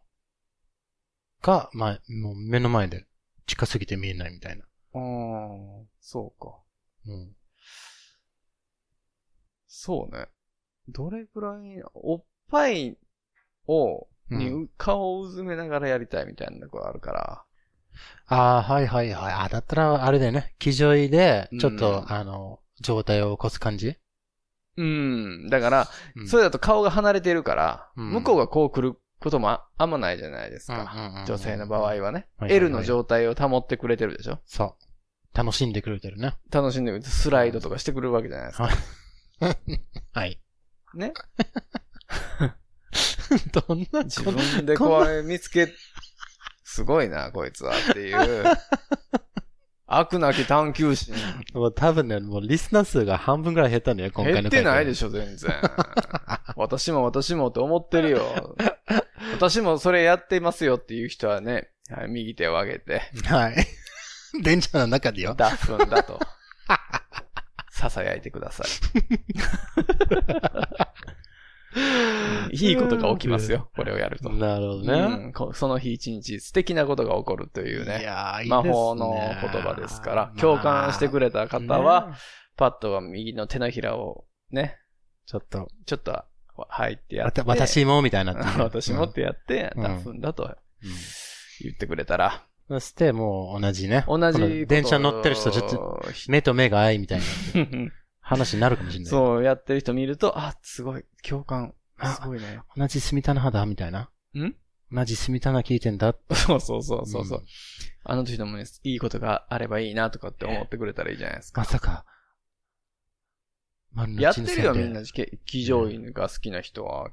B: か、まあ、もう目の前で近すぎて見えないみたいな。
A: あー、そうか。
B: うん。
A: そうね。どれぐらいな、おっぱいを、に
B: う
A: う顔をうずめながらやりたいみたいなとこがあるから。
B: ああ、はいはいはい。あ、だったら、あれだよね。気乗位で、ちょっと、
A: うん
B: あの、状態を起こす感じ
A: うん。だから、
B: うん
A: それだと顔が離れてるから、
B: うん
A: 向こうがこう来ることもああんまないじゃないです
B: うんうんうんう
A: か
B: ん。
A: 女性の場合はね。
B: はいはいはい
A: L の状態を保ってくれてるでしょ
B: そう。楽しんでくれてるね。
A: 楽しんでくれてスライドとかしてくれるわけじゃないですか。
B: はい。
A: ね。
B: どんな、
A: 自
B: こんな
A: 分で
B: ん
A: これ見つけ、すごいな、こいつはって いう。悪なき探求心。
B: もう多分ね、もうリスナー数が半分ぐらい減ったんだよ、今回
A: 減
B: の
A: ってないで
B: し
A: しょ、全然。 私も私もって思ってる よ。私もそれやってますよっていう人はね、はい右手を上げて、
B: ょ。はい。 電車の中でよ。
A: ダッフン だと、囁いてください。いいことが起きますよ、これをやると。
B: なるほど
A: う
B: ね。
A: んこその日一日素敵なことが起こるというね。
B: やーいいで
A: 魔
B: すね
A: 法の言葉ですから、共感してくれた方は、、
B: まあ
A: パッとは右の手のひらをね、
B: ちょっと、
A: ちょっと入ってや
B: わ
A: って
B: た、私もみたいになってる ね。
A: 私もってやって、
B: うん
A: ダッフンだと言ってくれたら、
B: そして、もう同じね。
A: 同じ
B: こ
A: こ
B: の
A: と。
B: 電車乗ってる人、ちょっと、目と目が合いみたいな話になるかもしれ ない。う。
A: そうやってる人見ると、あ、すごい、共感、
B: あ
A: すごいね。
B: 同じ住田の肌みたいな。
A: ん
B: 同じ住田聞いてんだ。
A: そうそうそうそうそう、
B: ん
A: あの時のもねいいことがあればいいなとかって思ってくれたらいいじゃないですか。
B: まさか。丸の
A: やっ
B: 内
A: て
B: の
A: るよ、
B: 線
A: み
B: で
A: んな。。騎乗員が好きな人は。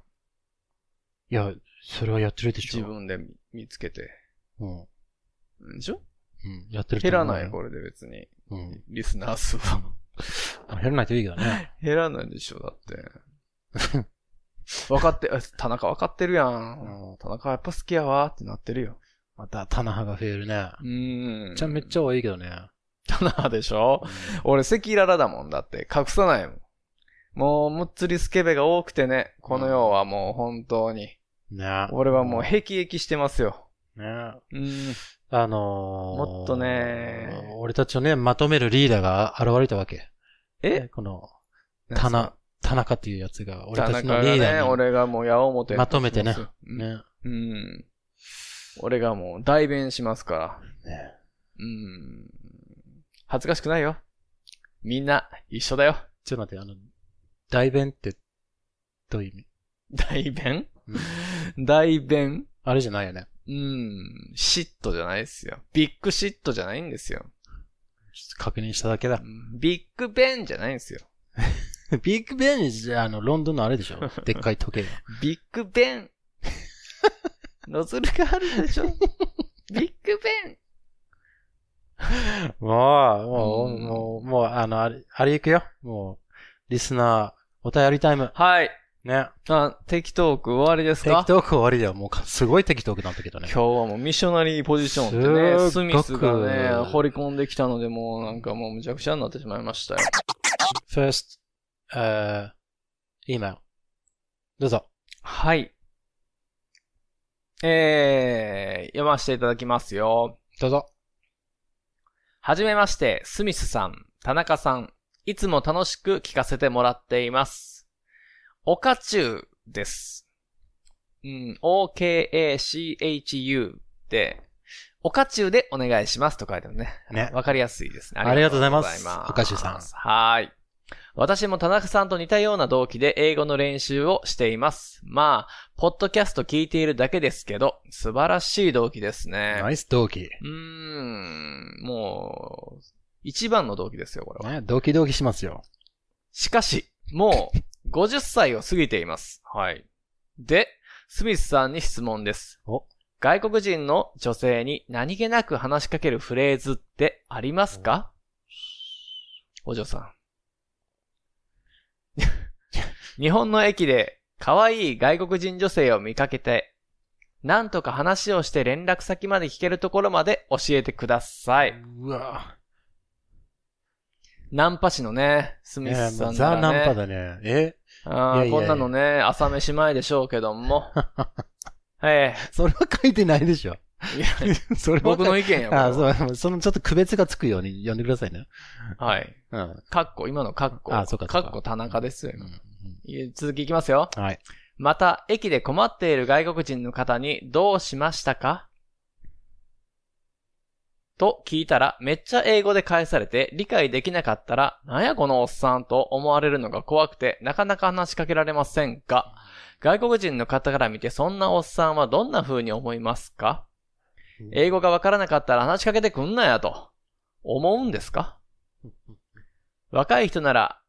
B: いや、それはやってるでし
A: 自
B: ょ。
A: 分で見見つけて。
B: うん。
A: んでしょ
B: うん。やってると
A: 減
B: 思
A: ら
B: うよ
A: ない、これで別に。
B: うん。
A: リスナー数は。
B: あ減らないといいけどね。
A: 減らないでしょ、だ って。分かって、あ田中分かってるやん。田中やっぱ好きやわってなってるよ。
B: また、棚派が増えるね。
A: うーん。
B: めっちゃめっちゃ多いけどね。
A: 田中でしょ俺赤裸々だもんだって。隠さないもん。もう、むっつりスケベが多くてね。この世はもう本当に。
B: ね
A: 俺はもう、ヘキヘキしてますよ。
B: ねあ
A: うん。
B: のー、も
A: もっとね
B: 俺たちをね、まとめるリーダーが現れたわけ。
A: え
B: この、田中、田中っていうやつが、俺
A: 田
B: た
A: 中
B: ちの
A: が
B: リー
A: ね、
B: ダー
A: 俺がもう矢面
B: にまとめてね。
A: うん
B: ね。
A: うん。俺がもう代弁しますから。
B: ね
A: うん。恥ずかしくないよ。みんな、一緒だよ。
B: ちょっと待って、あの、代弁って、どういう意味
A: 代弁
B: うん
A: 代弁
B: あれじゃないよね。
A: うん。嫉妬じゃないですよ。ビッグ嫉妬じゃないんですよ。
B: ちょっと確認しただけだ
A: う。んビッグベンじゃないんですよ。
B: ビッグベンじゃ、あの、ロンドンのあれで しょでっかい時計が。
A: ビッグベ ン。ノズルがあるで しょ。ビッグベン。
B: もう、もう、
A: うん
B: もう、もう、あの、あれ、あれ行くよ。もう、リスナー、お便りタイム。
A: はい。
B: ね。
A: あ、テキトーク終わりです
B: 適
A: か
B: 当く終わりだよ。もうか、すごい適当くなったけどね
A: 今。日はもうミッショナリーポジションってね、
B: す
A: ス
B: っ
A: ミ
B: ごく
A: スがね、掘り込んできたので、もうなんかもうむちゃくちゃになってしまいましたよ。
B: first, えー、email. どうぞ。
A: はい。えー、読ませていただきますよ。
B: どうぞ。
A: はじめまして、スミスさん、田中さん、いつも楽しく聞かせてもらっています。おかちゅうです。うん、OKACHU で、おかちゅうでお願いしますと書いてあるね。
B: ね。
A: わかりやすいですね。
B: ありがとうございます
A: ありがとうござい
B: おかしゅうさん
A: はーい。私も田中さんと似たような動機で英語の練習をしています。まあ、ポッドキャスト聞いているだけですけど、素晴らしい動機ですね。
B: ナイス同期。
A: うーん、もう、一番の動機ですよ、これは。
B: ね、同期同期しますよ。
A: しかし、もう、50歳を過ぎています。はい。で、スミスさんに質問です。
B: お
A: 外国人の女性に何気なく話しかけるフレーズってありますかお嬢さん。 日本の駅で可愛い外国人女性を見かけて、なんとか話をして連絡先まで聞けるところまで教えてください。
B: うわ
A: ナンパ師のね、スミ
B: ね
A: スさ
B: もうんザ・
A: ならね
B: ナンパだね。え
A: あー
B: いやいやいや
A: こんなのね、朝飯前でしょうけど も。え
B: それは書いてないでしょ。
A: えいや
B: それは
A: 僕の意見や
B: あ、
A: これは
B: そう、そのちょっと区別がつくように読んでくださいね。
A: はい。
B: うん。
A: かっこ、今のかっこ。
B: あそうかそ
A: か
B: うか
A: っこ田中ですよ、今
B: うん
A: いえ続きいきますよ。
B: はい。
A: また、駅で困っている外国人の方に、どうしましたかと聞いたら、めっちゃ英語で返されて、理解できなかったら、なんやこのおっさんと思われるのが怖くて、なかなか話しかけられませんが、外国人の方から見て、そんなおっさんはどんな風に思いますか英語がわからなかったら話しかけてくんなやと、思うんですか若い人なら、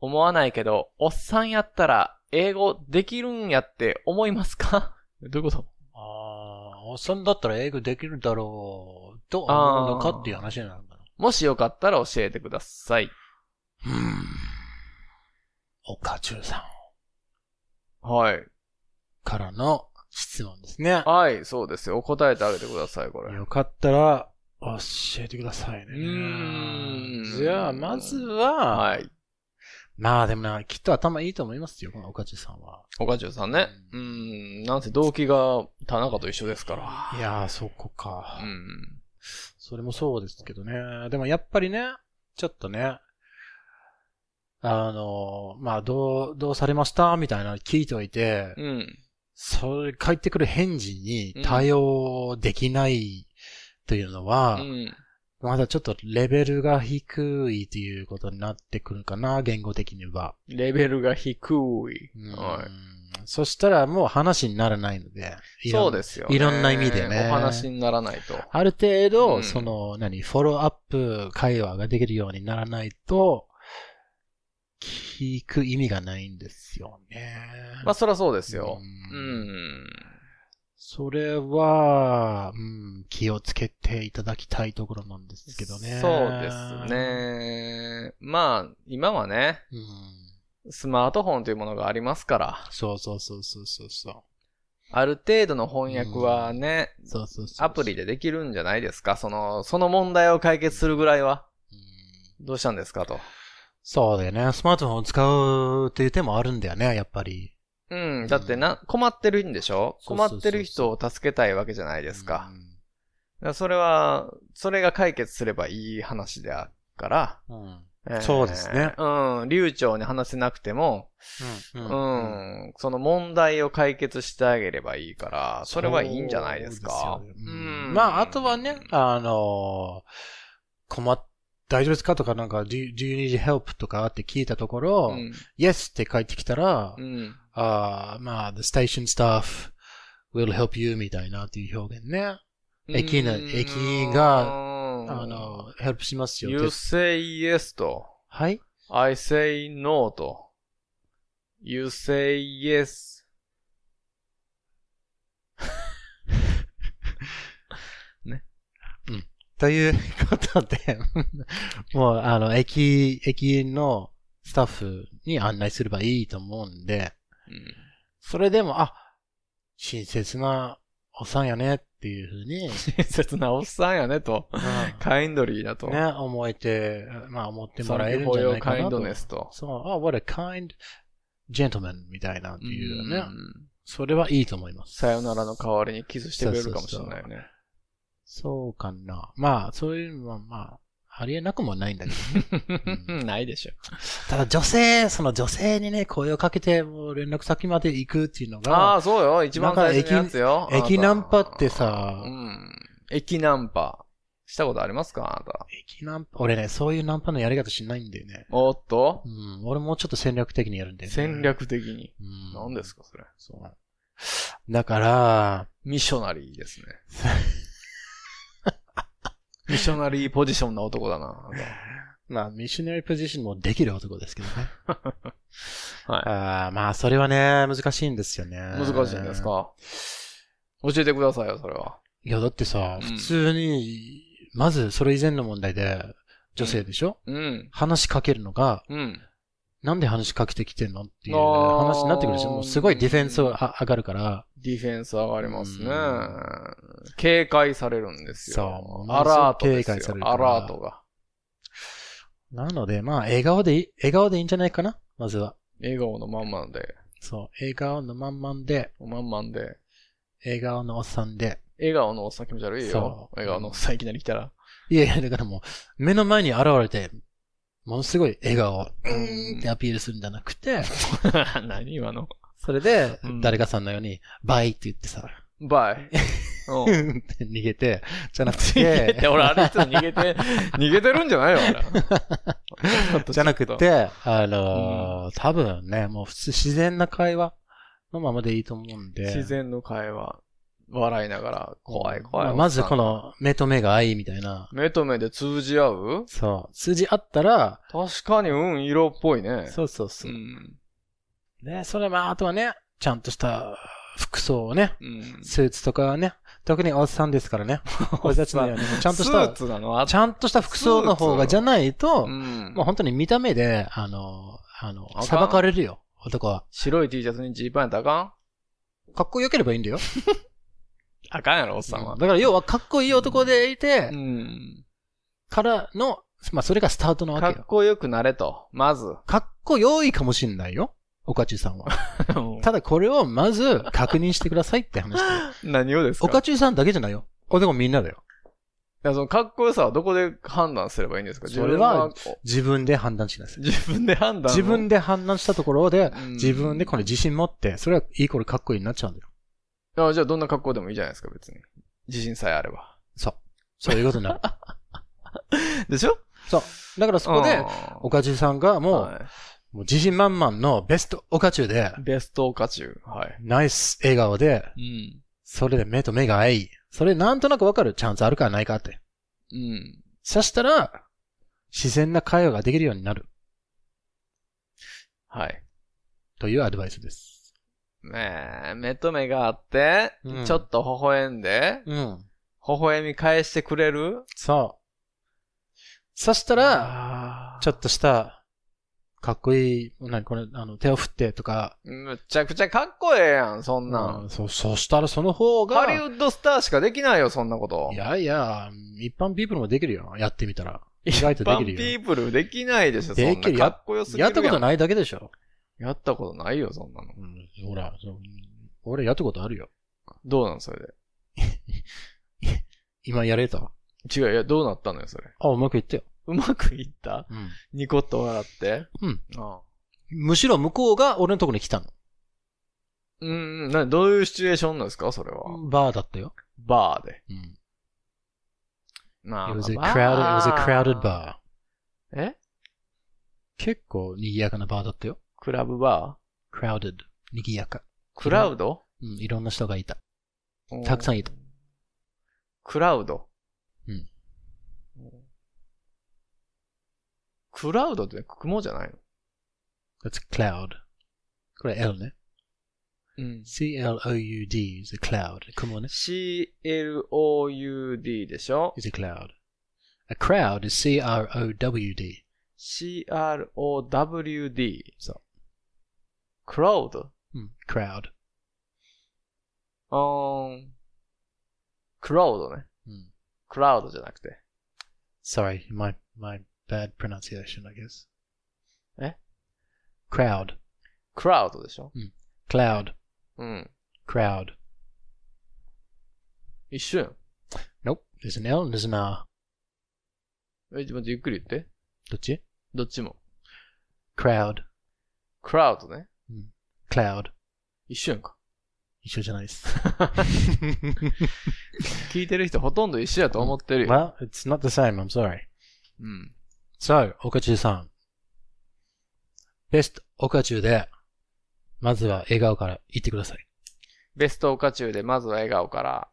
A: 思わないけど、おっさんやったら、英語できるんやって思いますか どういうこと
B: ああ、おっさんだったら英語できるだろう、と思うのかっていう話になるんだな。
A: もしよかったら教えてください。
B: うーん。おかちゅうさん
A: はい。
B: からの質問ですね。
A: はい、そうですよ。答えてあげてください、これ。
B: よかったら、教えてくださいね。
A: うーん
B: じゃあ、まずは、
A: はい。
B: まあでもな、きっと頭いいと思いますよ、このおかちゅうさんは。
A: 岡中さんね。うーん、なんせ動機が田中と一緒ですから。
B: いやー、そこか。
A: うん。
B: それもそうですけどね。でもやっぱりね、ちょっとね、あの、まあ、どう、どうされましたみたいなの聞いておいて、
A: うん。
B: それ、返ってくる返事に対応できないというの
A: う
B: は、
A: ん。
B: まだちょっとレベルが低いということになってくるかな、言語的には。
A: レベルが低い。
B: うん
A: は
B: そしたらもう話にならないので。
A: い。
B: いろん
A: そうですよ、
B: いろんな意味でね
A: お話にならないと。
B: ある程度、
A: うん
B: その、何、フォローアップ会話ができるようにならないと、聞く意味がないんですよね。
A: まあ、そらそうですよ。
B: う
A: うんん。
B: それは、うん、気をつけていただきたいところなんですけどね。
A: そうです。ね。まあ、今はね、
B: うん。
A: スマートフォンというものがありますから、
B: そうそうそうそうそうそ
A: ある程度の翻訳はね、
B: う。そうそうそう。
A: アプリでできるんじゃないですかその、その問題を解決するぐらいは、
B: うん。
A: どうしたんですかと。
B: そうだよね。スマートフォンを使うっていう手もあるんだよね、やっぱり。
A: うん、だってな、困ってるんでしょ
B: そう
A: 困
B: そうそうそう
A: ってる人を助けたいわけじゃないですか
B: う。ん
A: だからそれは、それが解決すればいい話であるから、
B: うん。
A: えー
B: そうですね
A: うん、流暢に話せなくても、
B: う。
A: うんん、その問題を解決してあげればいいから、それはいいんじゃないですか。
B: そうですよねうんまあ、あとはね、あのー困っ、大丈夫ですかとか、なんか、do, you- do you need help? とかって聞いたところ、
A: うん、
B: yes って返ってきたら、
A: うん、
B: あーまあ、the station staff will help you みたいなっていう表現ね。駅の駅があの、help しますよ。
A: You say yes と、
B: はい
A: I say no と、You say yes.
B: ということで、 もう、あの、駅、駅のスタッフに案内すればいいと思うんで、
A: うん
B: それでも、あ、親切なおっさんやねっていうふう に、
A: 親切なおっさんやねと、カインドリーだと。
B: ね、思えて、まあ思ってもらえるんじゃないかな
A: Thank you
B: と。
A: for your kindness と
B: そう、あ、what a kind gentleman みたいなって
A: うん
B: いうね。それはいいと思います。
A: さよならの代わりにキスしてくれるかもしれないよね。
B: そうかな。まあ、そういうのはまあ、ありえなくもないんだけ ど。そう
A: ないでしょ。
B: ただ女性、その女性にね、声をかけて、もう連絡先まで行くっていうの
A: あ
B: が、
A: あ、そうよ。一番最初のやつよ。
B: なんか駅
A: あなた
B: 駅ナンパってさ
A: うん。駅ナンパ。したことありますかあなた。
B: 駅ナンパ、俺ね、そういうナンパのやり方しないんだよね。
A: おっと
B: うん、俺もうちょっと戦略的にやるんだよね。
A: 戦略的に。
B: うん。
A: 何ですかそれ。
B: そう。だから、
A: ミッショナリーですね。ミッショナリーポジションな男だな。あな
B: まあ、ミッショナリーポジションもできる男ですけどね。
A: はい
B: あーまあ、それはね、難しいんですよね。
A: た難しいんですか教えてくださいよ、それは。
B: いや、だってさ、
A: うん
B: 普通に、まずそれ以前の問題で、女性でしょ、
A: うん。
B: 話しかけるのが、
A: うん。
B: なんで話しかけてきてんのっていう
A: あー
B: 話になってくるでしょもうすごいディフェンスがあ上がるから。
A: ディフェンス上がりますね
B: うん。
A: 警戒されるんですよ。
B: そう
A: アラートです
B: 警戒さ
A: よ
B: れ。るから
A: アラートが。
B: なので、まあ、笑顔でいい、笑顔でいいんじゃないかなまずは。
A: 笑顔のまんまで、
B: そう、笑顔のまんまんで、
A: まんまんで。
B: 笑顔のおっさんで。
A: 笑顔のおっさん気持ち悪いよ
B: そ。う
A: 笑顔のおっさんいきなり来たら。
B: いやいや、だからもう、目の前に現れて、ものすごい笑顔を、うーんってアピールするんじゃなくて、
A: 何今の。
B: それで
A: うん、
B: 誰かさんのように、バイって言ってさ、
A: バイ。う
B: うんんって逃げて、じゃなく
A: 逃げ
B: て、
A: て、俺あれいつも逃げて、逃げてるんじゃないよ、俺。
B: じゃなく
A: ちょっと。
B: て、あのー多分ね、もう普通自然な会話のままでいいと思うんで。
A: 自然の会話。笑いながら、怖い怖いおっさ
B: まあ
A: ん。
B: まずこの目と目が合いみたいな。
A: 目と目で通じ合う
B: そう。数字あったら、
A: 確かに、うん、色っぽいね。
B: そうそうそうう。
A: ん。
B: ね、それまあ、あとはね、ちゃんとした服装をね、
A: うん。
B: スーツとかはね、特におっさんですか らね。俺たちのように、ち
A: ち
B: ゃんとし
A: スー
B: た、
A: ツなのあ
B: ちゃんとした服装の方がじゃないと、
A: うん
B: もう本当に見た目で、あの、あの
A: あか、ん
B: 裁かれるよ、男は。
A: 白い T シャツにジーパンやったらあかん
B: かっこよければいいんだよ。
A: あかんやろ、おっさんは
B: だ。から要はかっこいい男でいて、
A: うん。
B: からの、まあそれがスタートなわけ
A: か
B: よ。
A: っこよくなれと、まず。
B: かっこよいかもしんないよ。おかちゅうさんは。ただこれをまず確認してくださいっ て話だよ
A: 何をですか
B: おかちゅうさんだけじゃないよ。これでもみんなだよ。
A: いやそのかっこよさはどこで判断すればいいんですか
B: それは
A: 自分が
B: 自分で判断しなさい。
A: 自分で判断
B: 自分
A: で。
B: で判断したところで
A: うん、
B: 自分でこれ自信持って、それはいい頃かっこいいになっちゃうんだよ。
A: あじゃあどんな格好でもいいじゃないですか、別に。自信さえあれば。
B: そう。 そういうことになる。
A: でしょ
B: そう。だからそこで、おかちゅうさんがもう、
A: は
B: もう自信満々のベストおかちゅうで
A: い、ベストオカチュウ。はい。
B: ナイス笑顔で、
A: うん。
B: それで目と目が合い、それなんとなくわかるチャンスあるかないかって。
A: うん。
B: そしたら、自然な会話ができるようになる
A: はい。
B: というアドバイスです。
A: ねえ、目と目があって、
B: うん
A: ちょっと微笑んで、
B: うん。
A: 微笑み返してくれる
B: そう。そしたら、
A: あ
B: ちょっとした、かっこいい、何これ、あの、手を振ってとか。
A: ーむちゃくちゃかっこええやん、そんなん。
B: うそう、そしたらその方が、
A: ハリウッドスターしかできないよ、そんなこと。
B: いやいや、一般ピープルもできるよ。やってみたら。意外とでき
A: 一般ピ
B: るよ。
A: ープルできないでしょ、そ
B: で
A: ん
B: きる
A: な。かっこよすぎる
B: や
A: や
B: ったこと
A: い
B: ないだけでしょ。
A: やったことないよ、そんなの。
B: うん、ほら、そう俺やったことあるよ。
A: どうなん、それで。
B: 今やれた。
A: 違う、いや、どうなったのよ、それ。
B: あ、うまくいったよ。
A: うまくいった
B: うん。
A: ニコッと笑って。
B: うん。
A: ああ
B: むしろ向こうが俺のとこに来たの。
A: うん、な、どういうシチュエーションなんですか、それは。
B: バーだったよ。
A: バーで。
B: うん。
A: ま
B: It was a crowded, it was a crowded bar.
A: え
B: 結構賑やかなバーだったよ。
A: クラブバ
B: crowded. 賑やか。
A: ークラウド
B: うん、いろんな人がいた。たくさんいた。
A: クラウド。
B: うん。
A: クラウドって雲じゃないの
B: That's cloud. これ L ね。
A: うん。
B: cloud is a cloud. 雲ね。
A: cloud でしょ
B: is a cloud. A crowd is C R O W D.
A: ?crowd。
B: そう。
A: クラウド
B: Hmm, Crowd.
A: うーん。クラウドね。
B: うん
A: クラウドじゃなくて。
B: Sorry, my my bad pronunciation, I guess. Eh?
A: え
B: Crowd.
A: クラウドでしょ
B: Cloud.
A: うん。
B: Crowd.
A: 一緒やん。
B: Nope. There's an L and there's an R.
A: え、ちょっと待ってゆっくり言って。
B: どっち
A: どっちも。
B: ?crowd.
A: クラウドね。
B: cloud.
A: 一緒やんか。
B: 一緒じゃないです。
A: 聞いてる人ほとんど一緒やと思ってるよ。
B: well, it's not the same, I'm sorry.
A: うん。
B: So, 岡中さん。ベスト岡中で、まずは笑顔から言ってください。
A: ベストオカチュウで、まずは笑顔から。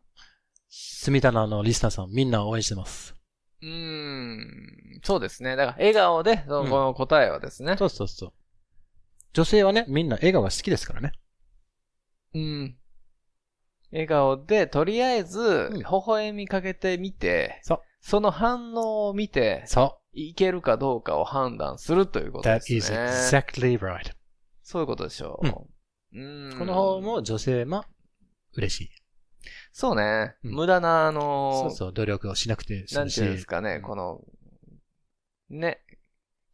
B: 住田のあのリスナーさんみんな応援してます。
A: うーん。そうですね。だから、笑顔で、その
B: うん
A: この答えはですね。
B: そうそうそう。女性はね、みんな笑顔が好きですからね。
A: うん。笑顔で、とりあえず、
B: ん
A: 微笑みかけてみて、
B: そう
A: その反応を見て、
B: そ
A: いけるかどうかを判断するという
B: う。
A: ことで
B: That
A: す
B: is
A: ね。
B: exactly right.
A: そういうことでしょう。うん。
B: この方も女性も嬉しい。
A: そうね。
B: うん
A: 無駄な、あのー
B: そうそう、努力をしなくて
A: な
B: 済
A: ん
B: む
A: て
B: し。
A: いうんですかね、
B: うん
A: この、ね、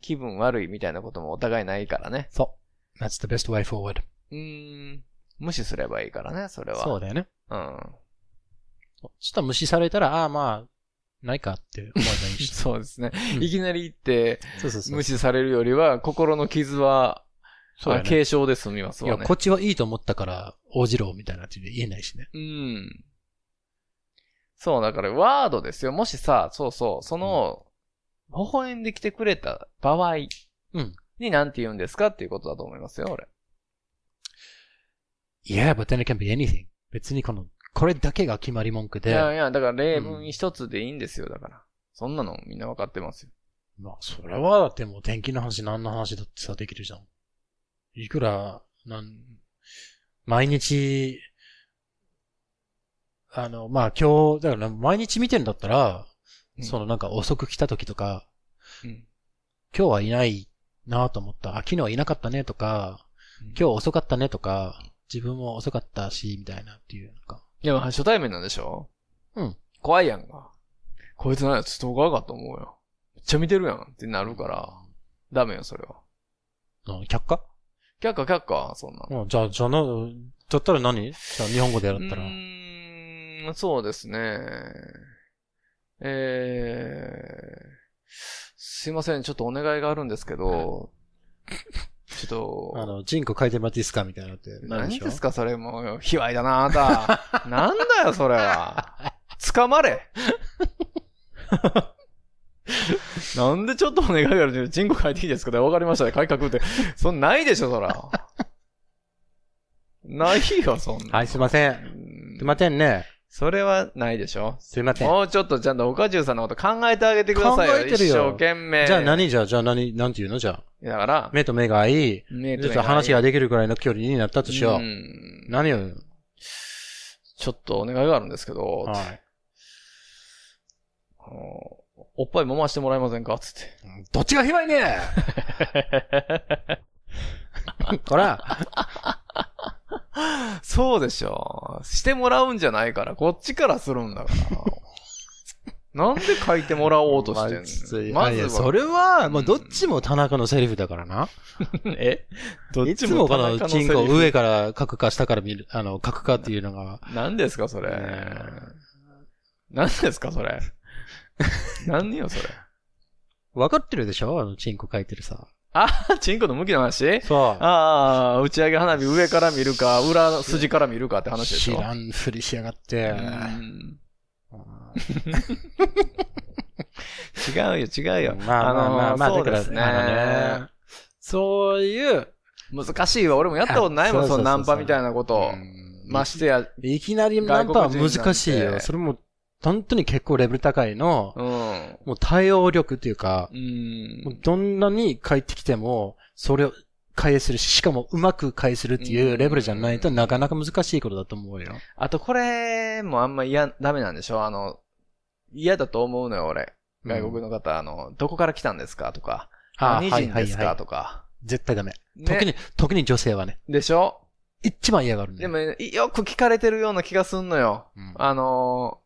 A: 気分悪いみたいなこともお互いないからね。
B: そう。That's the best way forward.
A: うーん。無視すればいいからね、それは。
B: そうだよね。
A: うん。
B: そしたら無視されたら、ああまあ、ないかって思えばいい し。
A: そうですね。
B: うん
A: いきなり行って、
B: そうそうそう。
A: 無視されるよりは、心の傷は、
B: そうだ
A: あ
B: よね
A: 軽傷で済みます
B: いや、
A: わね
B: こ。っちはいいと思ったから、応じろみたいなって言えないしね。
A: うん。そう、だから、ワードですよ。もしさ、そうそう、その、微笑んできてくれた場合
B: うん
A: に何て言うんですかっていうことだと思いますよ、俺。
B: Yeah, but then it can be anything. 別にこの、これだけが決まり文句
A: いや
B: で、
A: いや、だから例文一つでいいんですよ、だから。そんなのみんなわかってますよ。
B: まあ、それはだってもう天気の話何の話だってさ、できるじゃん。いくら、なん、毎日、あの、まあ今日、だから毎日見てんだったら、
A: うん
B: そのなんか遅く来た時とか、
A: うん。
B: 今日はいないなと思った。あ、昨日いなかったねとか、
A: うん
B: 今日遅かったねとか、自分も遅かったし、みたいなっていう、なんか。
A: でも初対面なんでしょ
B: うん。
A: 怖いやんか。こいつなんや、ストーカーかと思うよ。めっちゃ見てるやんってなるから、ダメよ、それは。
B: うん、却下
A: 却下却下、そんなの。
B: うん、じゃあ、じゃあな、だったら何じゃあ日本語でや
A: う
B: るったら。
A: ーん、そうですね。えー、すいません、ちょっとお願いがあるんですけど、ちょっと、
B: あの、人口書いてもらっていいですかみたいなのってなるで
A: 何
B: しょ
A: ですかそれもう、卑猥だな、あな た。なんだよ、それは。捕まれ。 なんでちょっとお願いがあるんで、人口変えていいですかで、わかりましたね。改革って。そんないでしょ、 そら。ないよ、そんな。
B: はい、すいません。
A: う
B: す
A: ん
B: いませんね。
A: それはないでしょ
B: すいません。
A: もうちょっとちゃんと岡中さんのこと考えてあげてくださいよ。
B: 考えてるよ
A: 一生懸命。
B: じゃあ何じゃあ、じゃあ何、なんていうのじゃあ、
A: だから、
B: 目と目が合い、
A: 目
B: ちょっと話ができるくらいの距離になったとしよう。
A: ん
B: 何を、
A: ちょっとお願いがあるんですけど、
B: はい。
A: あのおっぱい揉ましてもらえませんかつって。
B: どっちがひど いねこら、
A: そうでしょ。してもらうんじゃないから、こっちからするんだから。 なんで書いてもらおうとしてんのま
B: いやいや
A: ず
B: そ
A: は、
B: れは、もうどっちも田中のセリフだからな。
A: えどっ
B: い
A: ち
B: つも
A: も
B: こ
A: 田
B: の
A: 中のセ
B: チ
A: リ
B: ン
A: フ
B: コを上から書くか下から見る、あの、書くかっていうのが、
A: 何ですか、それ
B: え。ー
A: 何ですか、それ。 何よ、そ れ。
B: わかってるでしょあの、チンコ書いてるさ。
A: あ、チンコの向きの話
B: そ
A: ああ、打ち上げ花火上から見るか、裏筋から見るかって話でし
B: 知
A: ょ。
B: らんふりしやがって。
A: うん 違うよ、違うよ。
B: まあまあまあまあ
A: のーそう
B: だから
A: ですね。
B: あのねそういう、
A: 難しいわ。俺もやったことないもん、
B: あ
A: そ
B: そう
A: の
B: そうそうそう
A: ナンパみたいなこと
B: う。ん
A: ましてや、
B: いきなりナンパは難しい
A: 外国人なん
B: よ。
A: て
B: それも、本当に結構レベル高いの、
A: うん。
B: もう対応力っていうか、
A: う。
B: もうんどんなに返ってきても、それを返せるし、しかもうまく返せるっていうレベルじゃないとなかなか難しいことだと思うよ。
A: あと、これもあんま嫌、ダメなんでしょあの、嫌だと思うのよ、俺。外国の方、あの、どこから来たんですかとか、
B: あ
A: 何
B: はい
A: 人
B: は
A: で
B: い
A: す
B: は
A: か
B: い。
A: とか。
B: 絶対ダメ。
A: ね
B: 特に、特に女性はね、
A: でしょ
B: 一番嫌がるね。
A: でも、いよく聞かれてるような気がすんのよ。
B: うん、
A: あの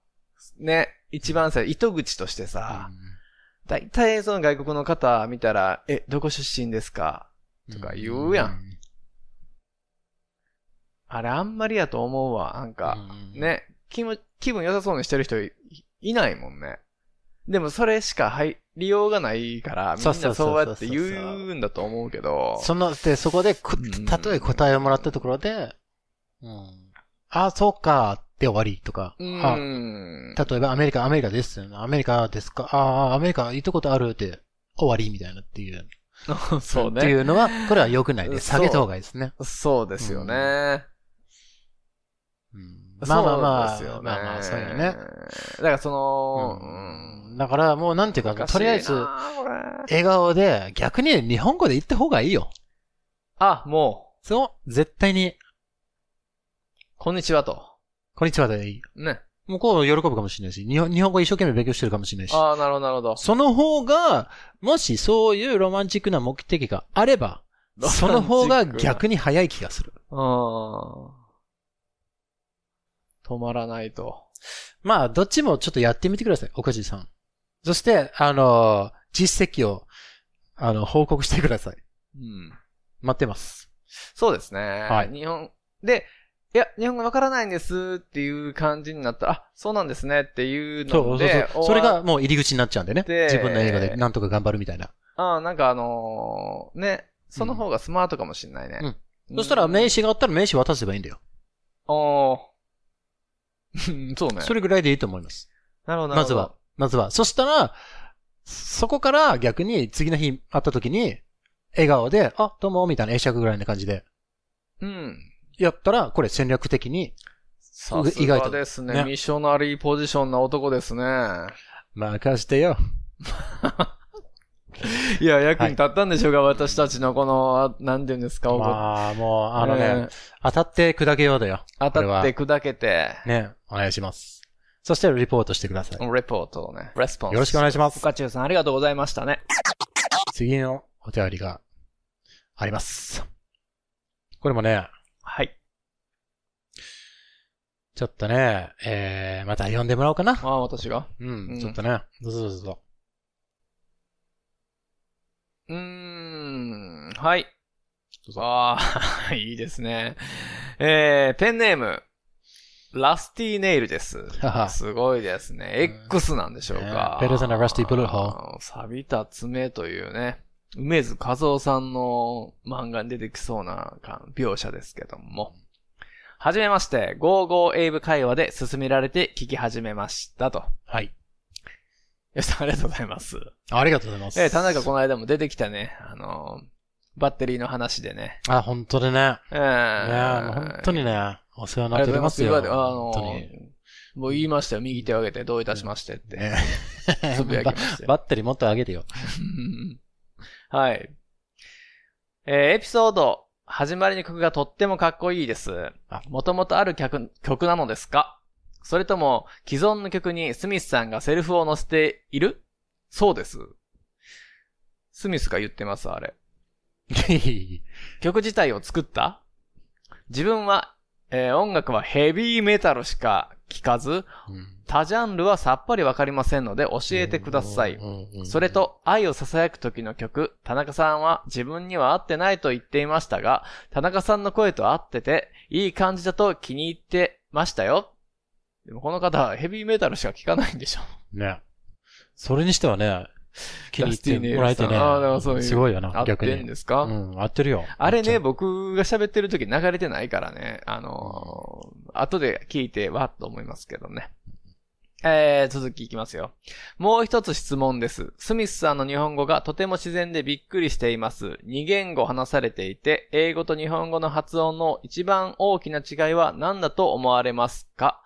A: ーね、一番最初、糸口としてさ、だいたいその外国の方見たら、え、どこ出身ですか
B: うん
A: とか言うやん。あれあんまりやと思うわ、なんか。
B: うん、
A: ね、気も気分良さそうにしてる人いいないもんね。でもそれしか入りようがないから、みん
B: そ
A: な
B: うそうそうそ
A: そ
B: う
A: うやって言うんだと思うけど、
B: その、で、そこでこ
A: うん、
B: たとえ答えをもらったところで、うん、あ、そうか、で終わりとか、
A: う
B: あ
A: ん。
B: 例えばアメリカ、アメリカです。アメリカですかああ、アメリカ行ったことあるって、終わりみたいなっていう。
A: そう
B: ってい
A: ね。
B: うのは、これは良くないです。
A: そう
B: 下げた方がいいですね。
A: そうですよね。
B: うんまあまあまあ、
A: そうですよね
B: まあまあ、そうよね。
A: だからその、
B: う
A: うんん
B: だからもうなんていうか、
A: 難しいな
B: とりあえず、
A: これ
B: 笑顔で、逆に日本語で言った方がいいよ。
A: あ、もう、
B: そう、絶対に、
A: こんにちはと。
B: こんにちはでいい。
A: ね。
B: 向こう喜ぶかもしれないし、日本日本語一生懸命勉強してるかもしれないし。
A: ああ、なるほど、なるほど。
B: その方が、もしそういうロマンチックな目的があれば、その方が逆に早い気がする。
A: うん。止まらないと。
B: まあ、どっちもちょっとやってみてください、岡地さん。そして、あの、実績を、あの、報告してください。
A: うん。
B: 待ってます。
A: そうですね。
B: はい
A: 日本、で、いや、日本語わからないんですっていう感じになったら、あ、そうなんですねっていう
B: そ
A: の
B: うそう
A: で、
B: そう。それがもう入り口になっちゃうんでね。
A: で
B: 自分の映画でなんとか頑張るみたいな。
A: 終わ、ああ、なんかあのーね、その方がスマートかもしれないね。
B: うんそしたら名刺があったら名刺渡せばいいんだよ。
A: おーうんそうね。
B: それぐらいでいいと思います。
A: なるほど、な
B: ま
A: るほ
B: ず
A: ど。
B: は。。まずは。そしたら、そこから逆に次の日会った時に、笑顔で、あ、どうも、みたいな会釈ぐらいな感じで、
A: うん。
B: やったら、これ戦略的に、
A: さす
B: 意外
A: が
B: と
A: ですね。
B: ね
A: ミッショナリーポジションな男ですね。
B: 任してよ。
A: いや、役に立ったんでしょうか、私たちのこの、あなんて言うんですか、
B: まあ、もう、あの
A: え
B: ね
A: ー、
B: 当たって砕けようだよ。
A: 当
B: これ
A: たっ
B: は
A: て砕けて、
B: ね、お願いします。そして、リポートしてください。よ
A: レポートをね、レスポンス。
B: ろしくお願いします。
A: 岡中さん、ありがとうございましたね。
B: 次のお手りがあります。これもね、
A: はい。
B: ちょっとね、えー、また読んでもらおうかな。
A: ああ、私が
B: う、
A: うんん
B: ちょっとね。どうぞどうぞどうぞ。
A: うーん、はい。ああ、 いいですね。えー、ペンネーム、ラスティネイルです
B: はは。
A: すごいですね。
B: うん
A: X なんでしょうか。
B: ね Better than a rusty bullet hole
A: あー錆びた爪というね、梅津和夫さんの漫画に出てきそうな感描写ですけども。はじめまして、55エイブ会話で進められて聞き始めましたと。
B: はい。
A: よしさん、ありがとうございます。
B: ありがとうございます。
A: えー、田中この間も出てきたね、あのーバッテリーの話でね。
B: あ、本当でね。
A: え
B: いやーもう本当にね、お世話になっておりますよ。
A: ありがとうございます
B: 本当
A: 今まで
B: に。
A: あのーもう言いましたよ。右手を上げて、どういたしましてって。
B: ね
A: つぶやきましたよ
B: ババッテリーもっと上げてよ。
A: うんはい。えーエピソード、始まりの曲がとってもかっこいいです
B: あ。
A: もともとある曲曲なのですかそれとも、既存の曲にスミスさんがセルフを載せているそうです。スミスが言ってます、あれ。曲自体を作った自分は、えー音楽はヘビーメタルしか聴かず、
B: うん
A: 他ジャンルはさっぱりわかりませんので 教えてください。
B: うんうん
A: それと、愛を囁く時の曲、田中さんは自分には合ってないと言っていましたが、田中さんの声と合ってて、いい感じだと気に入ってましたよ。でもこの方はヘビーメタルしか聴かないんでしょ。
B: ね。それにしてはね、気に入ってもらえてね。
A: ダスティーネイルさんあーだからそういう
B: すごいよな
A: 合、っ
B: 逆
A: てん
B: に
A: で。すか、
B: うん、合ってるよ。
A: あれ
B: 合
A: ね、
B: っ
A: 僕が喋ってる時流れてないからね、あのー後で聞いてわっと思いますけどね。えー、続きいきますよ。もう一つ質問です。スミスさんの日本語がとても自然でびっくりしています。二言語話されていて、英語と日本語の発音の一番大きな違いは何だと思われますか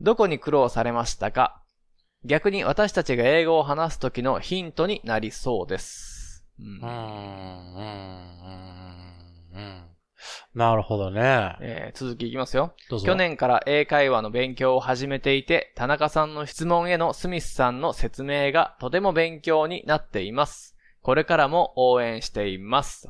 A: どこに苦労されましたか逆に私たちが英語を話す時のヒントになりそうです。うん
B: ちゃう。うん、うん、うん、うん。なるほどね。
A: えー続きいきますよ。
B: どうぞ。
A: 去。年から英会話の勉強を始めていて、田中さんの質問へのスミスさんの説明がとても勉強になっています。これからも応援しています。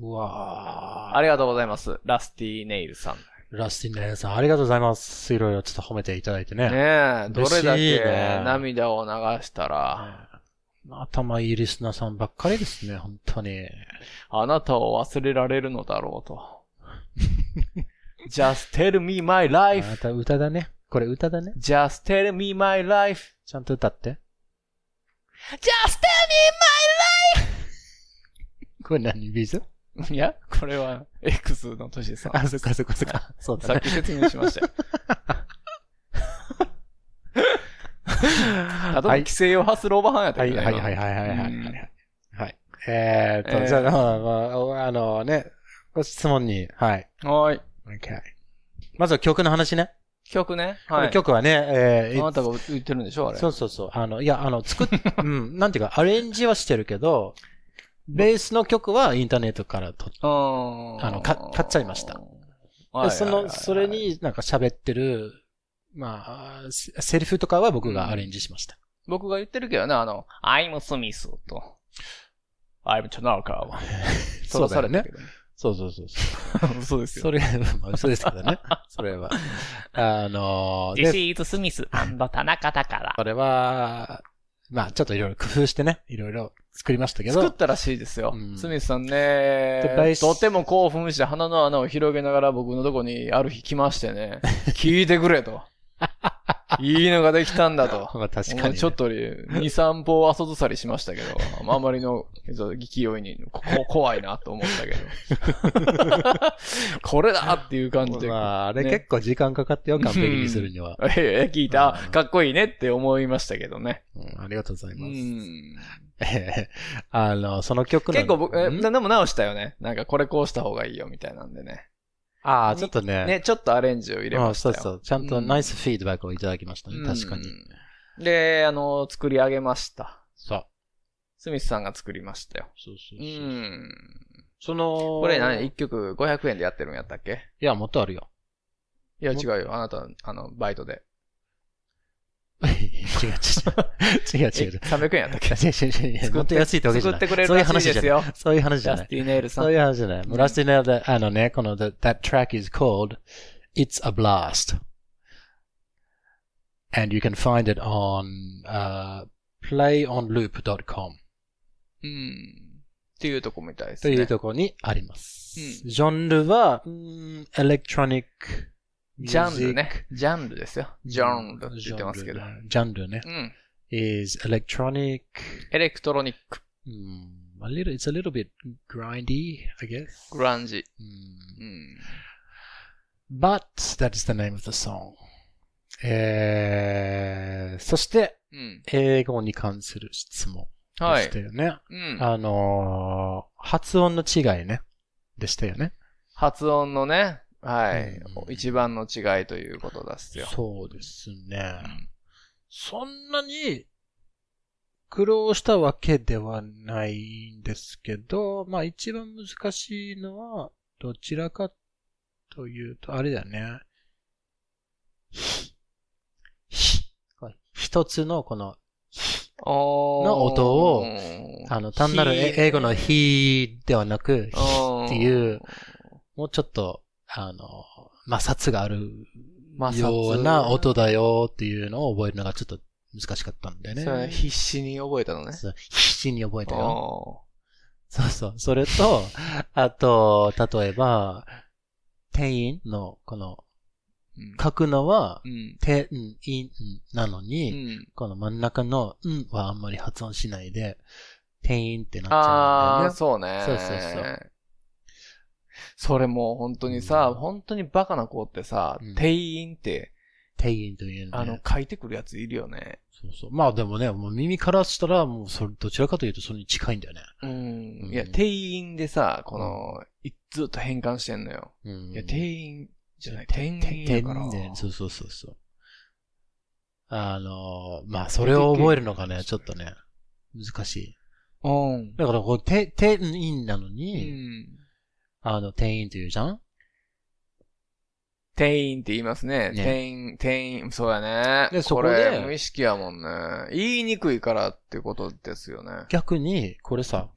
B: うわ
A: ありがとうございます。ラスティネイルさん。
B: ラスティンダイアンさん、ありがとうございます。いろいろちょっと褒めていただいてね。
A: ねえ、どれだ
B: 嬉しい
A: け
B: ね
A: 涙を流したら、
B: 頭いいリスナーさんばっかりですね、本当に。
A: あなたを忘れられるのだろうと。Just tell me my
B: あ
A: life.Just
B: なた歌だね。これ歌だね。
A: tell me my life.
B: ちゃんと歌って。
A: Just tell
B: これ何ビーズ
A: me my life! いや、これは X の年さん。
B: あ、そっかそっかそっか。そう
A: さ
B: だ
A: っ
B: ね。
A: き説明しました よ。あと、規制を発するオーバーハンやった
B: は
A: け
B: い
A: どね
B: はいはいはいはいはいはい。
A: うん
B: はい。えーっ
A: えー
B: と、じゃあ、まあまあ、あのね、ご質問に、はい。
A: 今はーい。
B: Okay まずは曲の話ね。
A: 曲ね。
B: こ
A: は
B: れ
A: い。
B: 曲はね、え
A: あ
B: ー
A: なたが言ってるんでしょあれ。
B: そうそうそう。あの、いや、あの、 作っ、うん、なんていうか、アレンジはしてるけど、ベースの曲はインターネットからと
A: うーん。
B: あのか買っちゃいました
A: はいはいはいはい
B: その、それ、になんか喋ってる、まあ、セセリフとかは僕がアレンジしました。
A: 僕が言ってるけどね、あの、I'm Smith と、I'm Tanaka は。
B: そうだ
A: そらさ
B: よね
A: れたけど。
B: そうそうそうそ
A: そうですよ。
B: それ、まあ嘘ですけ どね。それは。あのー、で、
A: is Smith and Tanaka だから。
B: それは、まあ、ちょっといろいろ工夫してね、いろいろ作りましたけ
A: 作
B: ど
A: っ、たらしいですよ。
B: うん
A: スミスさん
B: で大
A: ね、
B: 好
A: とても興奮して鼻の穴を広げながら僕のとこにある日来まして ね、聞いてくれと。いいのができたんだと。
B: まあ確かにね
A: ちょっと2、3歩後ずさりしましたけど、まああまりの勢いにここ怖いなと思ったけど。 これだっていう感じで。
B: まあ、あれ
A: ね
B: 結構時間かかってよ、完璧にするには。
A: いやいや聞いた、かっこいいねって思いましたけどね。
B: うんありがとうございうます。
A: ん、
B: あの、その曲の。
A: 結構僕、え
B: ん
A: なでも直したよね。なんかこれこうした方がいいよみたいなんでね。
B: ああ、ちょっとね。
A: ね、ちょっとアレンジを入れ
B: う
A: ま
B: ん
A: した
B: そ
A: よ。
B: うそう。ちゃんと
A: うん
B: ナイスフィードバックをいただきましたね。確かに。
A: うん。で、あの、作り上げました。
B: そう。
A: スミスさんが作りましたよ。
B: そうそう
A: う
B: そう。
A: ん。
B: その、
A: これ何
B: い
A: ?1 曲500円でやってるんやったっけ
B: や、もっとあるよ。
A: いや、
B: も
A: 違うよ。あなた、あの、バイトで。
B: 違う違う。違う
A: え
B: 違う違う。
A: 300円やったっけ
B: 違う違う違う違う。もっと安いってわけじ
A: 作
B: ゃな
A: っ
B: い。
A: てくれる
B: そういう
A: らしい
B: 話
A: で
B: じ
A: す
B: ゃない。
A: よ。
B: そういう話じ
A: ジャ
B: ゃな
A: ス
B: い
A: テ。ィネイルさ。
B: そうんいう話じゃない。
A: ん
B: ムラスティネルで、あのね、この、the- that track is called It's a Blast. And you can find it on, uh, playonloop.com.
A: うん。っていうとこみたいです
B: と
A: ね。
B: いうところにあります。
A: うん
B: ジャンルは、うーんエレクトロニック、
A: ジャンルね。ジャンルですよ。ジャンルって言ってますけど。う
B: ジャンルね。
A: ん。
B: is electronic,
A: エレクトロニック、
B: mm, a little, it's a little bit grindy, I guess.
A: グランジ。う
B: Mm.
A: ん。
B: But that is the name of the song. えー、そして、
A: うん。
B: 英語に関する質問
A: は
B: でし
A: い
B: た。よね。
A: うん。
B: あのー発音の違いね。でしたよね。
A: 発音のね、はい
B: うん。
A: 一番の違いということですよ。
B: そうですね
A: ん。
B: そんなに苦労したわけではないんですけど、まあ一番難しいのは、どちらかというと、あれだよね。ひ一つのこの、
A: の
B: 音をあの、単なるえ英語のひではなく、ひっていう、もうちょっと、あの、摩擦がある
A: 摩擦
B: ような音だよっていうのを覚えるのがちょっと難しかったんだよ
A: それ
B: ね。
A: 必死に覚えたのね。
B: そう必死に覚えたよ。
A: お
B: そうそう。そ れと、あと、例えば、店員の、こ
A: ー
B: の、
A: うん
B: 書くのは
A: う、ん。
B: 店員なの
A: う
B: に、
A: ん。
B: この真ん中の、んはあんまり発音しないで、店員ってなっちゃうんだ
A: あ
B: よ
A: あ、
B: ね。
A: そうね。
B: そうそうそう。
A: それもう本当にさ、
B: うん
A: 本当にバカな子ってさ、
B: うん
A: 定員って、
B: 店員という
A: あ
B: の
A: の
B: ね。、
A: 書いてくるやついるよね。
B: そうそう。まあでもね、もう耳からしたら、もうそれ、どちらかというとそれに近いんだよね。
A: うん。
B: うん
A: いや、定員でさ、この、いずっと変換してんのよ。
B: うん。
A: いや、定員じゃない、定
B: 店
A: 員やから。
B: ね。そうそうそうそう。あのー、まあ、それを覚えるのがね、ちょっとね、難しい。
A: うん。
B: だから、こう、て、店員なの
A: う
B: に、
A: ん。
B: あの、店員というじゃん
A: 店員って言いますね。
B: ね
A: 店員、店員、そうやね。
B: でそこ
A: れ
B: で
A: 無意識やもんね。言いにくいからってことですよね。
B: 逆に、これさ、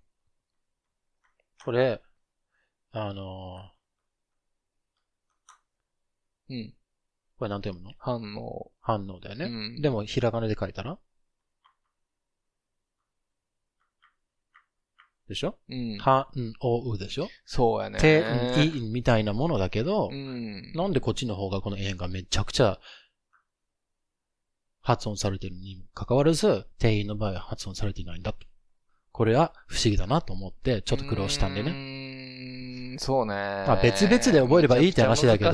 B: これ、あのー、
A: うん。
B: これなんて読むの
A: 反応。
B: 反応だよ
A: う
B: ね。
A: ん。
B: でも、ひらがなで書いたらでしょ
A: うん。
B: は、ん、おうでしょ
A: そうやね。
B: て、ん、い、んみたいなものだけど
A: う、ん。
B: なんでこっちの方がこの円がめちゃくちゃ発音されてるにもかかわらず、店員の場合は発音されてないんだと。これは不思議だなと思って、ちょっと苦労したんでね。
A: ね。そうね。
B: ま
A: ま
B: あ別々で覚えればいいって話だけど、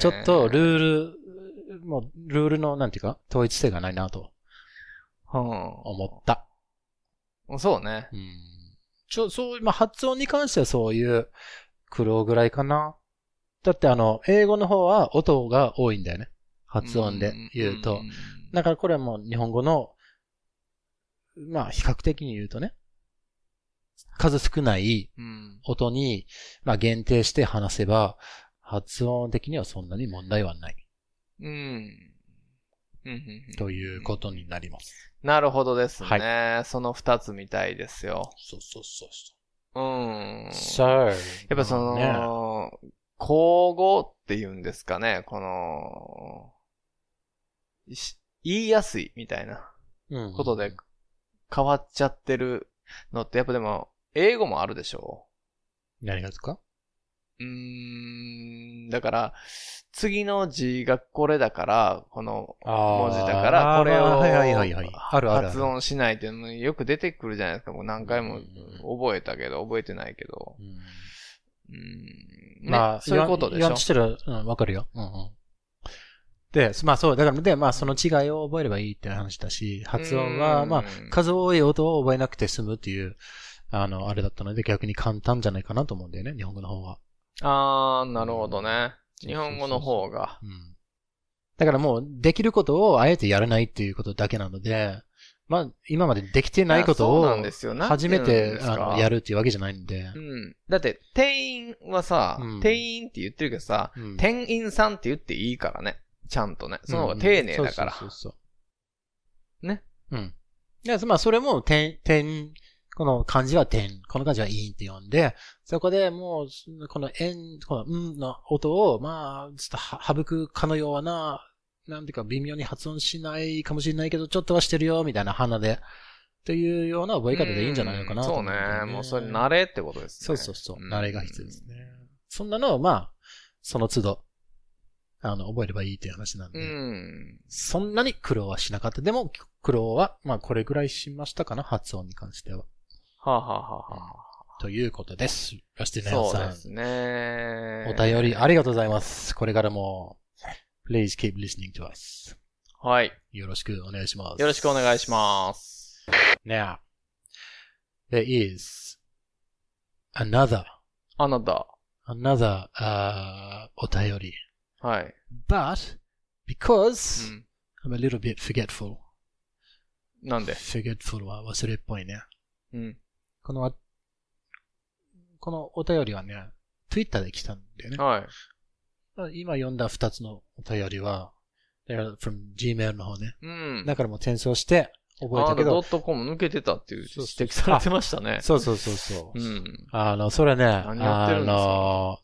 B: ちょっと
A: ール、
B: ルール、もうルールのなんていうか、統一性がないなと思った。
A: うん。そうね。
B: うん。ちょ、そう、まあ発音に関してはそういう苦労ぐらいかな。だってあの、英語の方は音が多いんだよね。発音で言うと。
A: ん。
B: だからこれはもう日本語の、まあ比較的に言うとね、数少ない
A: うん。
B: 音に、まあ限定して話せば、発音的にはそんなに問題はない
A: うん。うんうんうん
B: ということになります。
A: なるほどですね。その二つみたいですよ。
B: そうそうそうそ
A: うん。
B: そう。
A: やっぱその、
B: ね
A: 口語って言うんですかね、この、し言いやすいみたいな
B: うん
A: ことで変わっちゃってるのって、やっぱでも、英語もあるでしょ
B: 何がですか
A: ううーん、だから、次の字がこれだから、この
B: あ
A: 文字だから、これを
B: はいはいはいはい。あるあるあ
A: 発
B: る。
A: 音しないっていうのよく出てくるじゃないですか。もう何回も覚えたけど、覚えてないけど。
B: うん
A: うーん、ね
B: まあ、
A: そういうことでし
B: 言わ
A: ょ
B: ん。してる、うん、わかるよ。うんうん。で、まあそう、だから、で、まあその違いを覚えればいいって話だし、発音は、
A: うん
B: まあ、数多い音を覚えなくて済むっていう、あの、あれだったので逆に簡単じゃないかなと思うんだよね、日本語の方は。
A: あー、なるほどね。
B: うん
A: 日本語の方が。
B: うん。だからもう、できることをあえてやらないっていうことだけなので、まあ、今までできてないこと
A: やそうなん
B: を
A: で、すよ。なん
B: 初め
A: うん
B: て
A: です
B: あ
A: か
B: のやるっていうわけじゃないんで
A: う、ん。だって、店員はさ、
B: うん
A: 店員って言ってるけどさ、
B: うん
A: 店員さんって言っていいからね。ちゃんとね。その方が丁寧だから。
B: うんそうそうそうそう
A: ね。
B: うん。で、まあ、それも、点、点、この漢字は点、この漢字はインって読んで、そこでもう、この円、このうんの音を、まあ、ちょっとは省くかのような、なんていうか微妙に発音しないかもしれないけど、ちょっとはしてるよ、みたいな鼻で、というような覚え方でいいんじゃないのかな
A: うん
B: と
A: そう
B: 思んだよ
A: ね。もうそれ慣れってことですね。
B: そうそうそう。
A: ん
B: 慣れが必要ですね。そんなのを、まあ、その都度、あの、覚えればいいっていう話なんで。
A: うん。
B: そんなに苦労はしなかった。でも、苦労は、まあ、これぐらいしましたかな、発音に関しては。
A: はあ、はあはあはあ、
B: ということです。ラスティナ
A: そう
B: さん
A: で、すね。
B: お便りありがとうございます。これからも、please keep listening to us.
A: はい。
B: よろしくお願いします。
A: よろしくお願いします。
B: す。Now, there is another,
A: あなた。
B: another uh, お便り。
A: はい。
B: But,
A: う
B: because
A: ん。
B: I'm a little bit forgetful.
A: なんで
B: forgetful は忘れっぽいね。
A: うん。
B: このわ、このお便りはね、Twitter で来たんだよね。
A: はい。
B: 今読んだ二つのお便りは、they're from Gmail の方ね。
A: うん。
B: だからもう転送して覚え
A: あ
B: た
A: な
B: け
A: ド
B: ど。
A: ットコム抜けてたっていう
B: そうそう
A: 指摘されてましたね。
B: そうそうそうそう。
A: うん。
B: あの、それね、
A: 何やってるんですか
B: あの、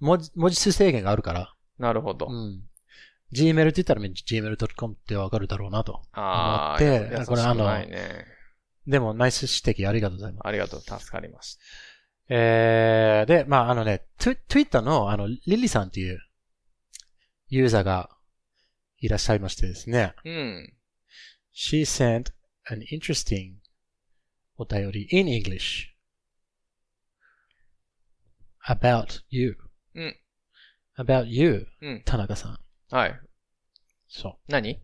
B: 文字、文字数制限があるから。
A: なるほど。
B: うん。Gmail って言ったら Gmail.com ってわかるだろうなと。
A: ああ、
B: 思って
A: 優しく
B: これあの
A: ないね。
B: でも、ナイス指摘ありがとうございます。
A: ありがとう、助かりまし
B: えー、で、まあ、あのね、ツ Twitter の、あの、リリさんっていう、ユーザーがいらっしゃいましてですね。
A: た。うん。
B: She sent an interesting お便り in English about you.
A: うん
B: about you,
A: うん。
B: 田中さん。
A: はい。
B: そう。
A: 何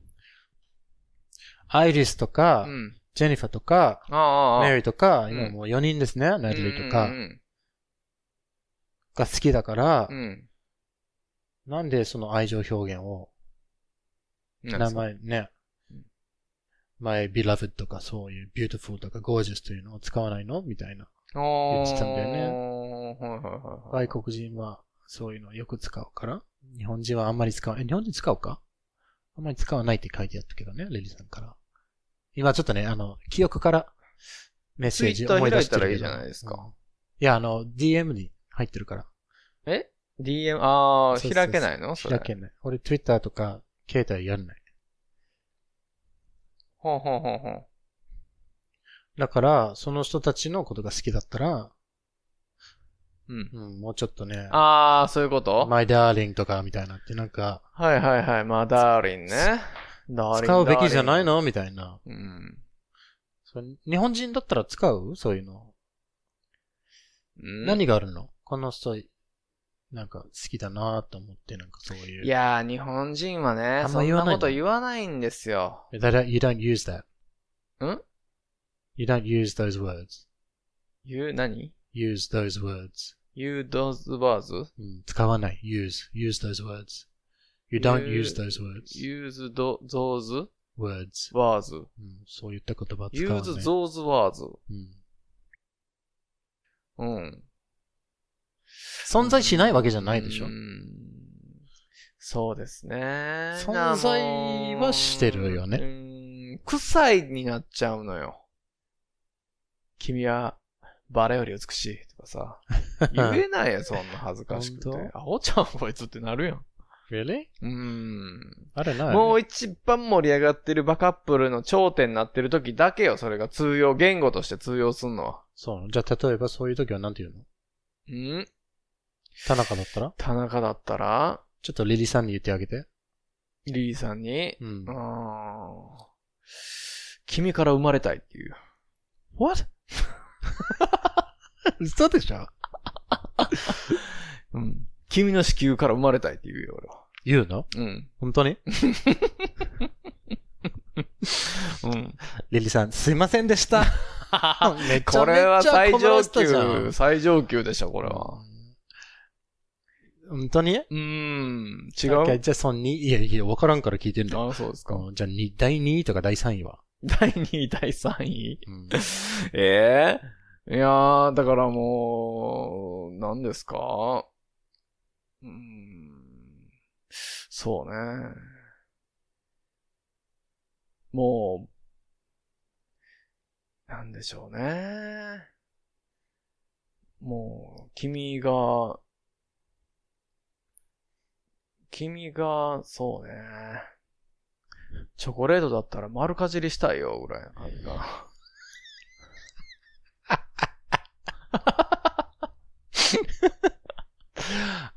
B: アイリスと
A: う
B: か、
A: ん。
B: ジェニファとか、
A: ああああ、
B: メリーとか、
A: ん
B: 今もう4人ですね、ナイトリーと
A: う
B: か、
A: ん
B: が好きだから
A: うんう、ん。
B: なんでその愛情表現を、
A: うん。なんで
B: 名
A: すか
B: 前ね、my beloved とかそういう beautiful とか gorgeous というのを使わないのみたいな。
A: 言
B: ってたんだよ
A: はいは
B: ね
A: いはいはい。
B: 外国人はそういうのよく使うから、日本人はあんまり使わ、え、日本人使うかあんまり使わないって書いてあったけどね、レリさんから。今ちょっとね、あの、記憶からメッセージ
A: Twitter
B: 思い出してるけ
A: 開い
B: ど
A: たらいいじゃないですか
B: うんいや、あの、DM に入ってるから。
A: え ?DM、ああ、
B: そうそうそう
A: 開けないのそれ。
B: 開けない。俺 Twitter とか携帯やらない。
A: ほうほうほうほう。
B: だから、その人たちのことが好きだったら、
A: うん。
B: うん、もうちょっとね、
A: ああ、そういうこと、
B: my darling とかみたいなってなんか、
A: はいはいはい。まあ、ダーリンね。ダーリン。
B: 使うべきじゃない
A: ダー
B: のみたいな。
A: リンうん。
B: それ日本人だったら使うそういうの。
A: うん
B: 何があるのこの人、なんか好きだなと思って、なんかそういう。
A: いやー、日本人はね、
B: あん
A: そ
B: ま
A: ん
B: 言
A: な
B: わない
A: こ
B: の
A: と言わないんですよ。
B: That- you don't use that.
A: ん
B: You don't use those words.
A: You, 何
B: Use those words.
A: ?You those words?
B: うん、使わない。use. use those words. You don't
A: You-
B: use those words.
A: Use tho- those
B: words.
A: words.
B: うん、そういった言葉使わ
A: Use
B: ない。
A: those words.
B: うん
A: うん。
B: 存在しないわけじゃないでしょ
A: う。んそうですね。
B: 存在はしてるよね
A: ね。臭いになっちゃうのよ。君はバラより美しいとか さ。言えないよ、そんな恥ずかしくて
B: 本。
A: アホちゃんこいつってなるやん。
B: really?
A: うん。
B: あれない。
A: もう一番盛り上がってるバカップルの頂点になってる時だけよ、それが通用、言語として通用すんのは。
B: そう。じゃあ、例えばそういう時は何て言うの
A: ん
B: 田中だったら
A: 田中だったら、
B: ちょっとリリさんに言ってあげて。
A: リリーさんに、
B: うん
A: う。ーん君から生まれたいっていう。
B: What? 嘘でしょ
A: うん。君の子宮から生まれたいっていうよ、俺は。
B: 言うの
A: うん。
B: 本当に
A: うん。
B: リリさん、すいません でした。めちゃめちゃ
A: これは最
B: 困ら
A: 上
B: せたじゃん
A: 級、最上級でしょ、これは。
B: 本当に違う
A: うーん。違
B: じ
A: う
B: ゃあ、その2、いやいや、わからんから聞いてるんだよ。
A: あ、そうですか。
B: うんじゃあ、に第2位とか第3位は。
A: 第2位、第3位。
B: うん
A: ええいやー、だからもう、何ですかうーん。そうね。もう、なんでしょうね。もう、君が、君が、そうね。チョコレートだったら丸かじりしたいよ、ぐらいな感じかな。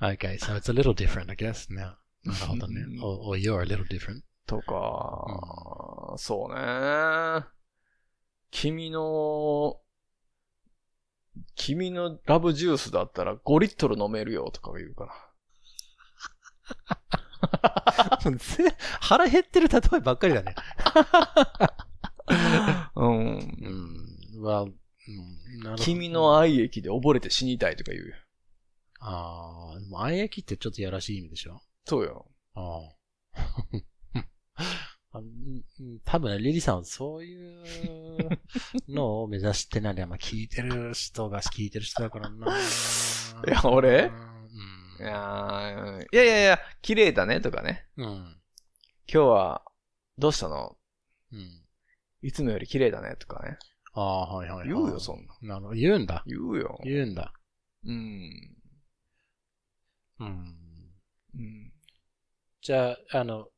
B: Okay, so it's a little different, I guess, now. なるほどね
A: う。ん
B: or, or you're a little different.
A: とか、そうね。君の、君のラブジュースだったら5リットル飲めるよとか言うかな。
B: ぜ 腹減ってる例えばっかりだね。
A: うん。
B: うん。は、うん、なるほど
A: 君の愛液で溺れて死にたいとか言うよ。
B: ああ、でも、あんやきってちょっとやらしい意味でしょ
A: そうよ。
B: あ あ。あうんうん多分ね、リリさんはそういうのを目指してないで、まあ、聞いてる人が聞いてる人だからな。
A: いや俺い
B: うん
A: やーいやいやいや、綺麗だねとかね。
B: うん。
A: 今日は、どうしたの
B: うん。
A: いつもより綺麗だねとかね。
B: ああ、はいはいはい。
A: 言うよ、そんな。
B: なるほど。言うんだ。
A: 言うよ。
B: 言うんだ。
A: うん。
B: うん。
A: うん。
B: じゃあ、あの、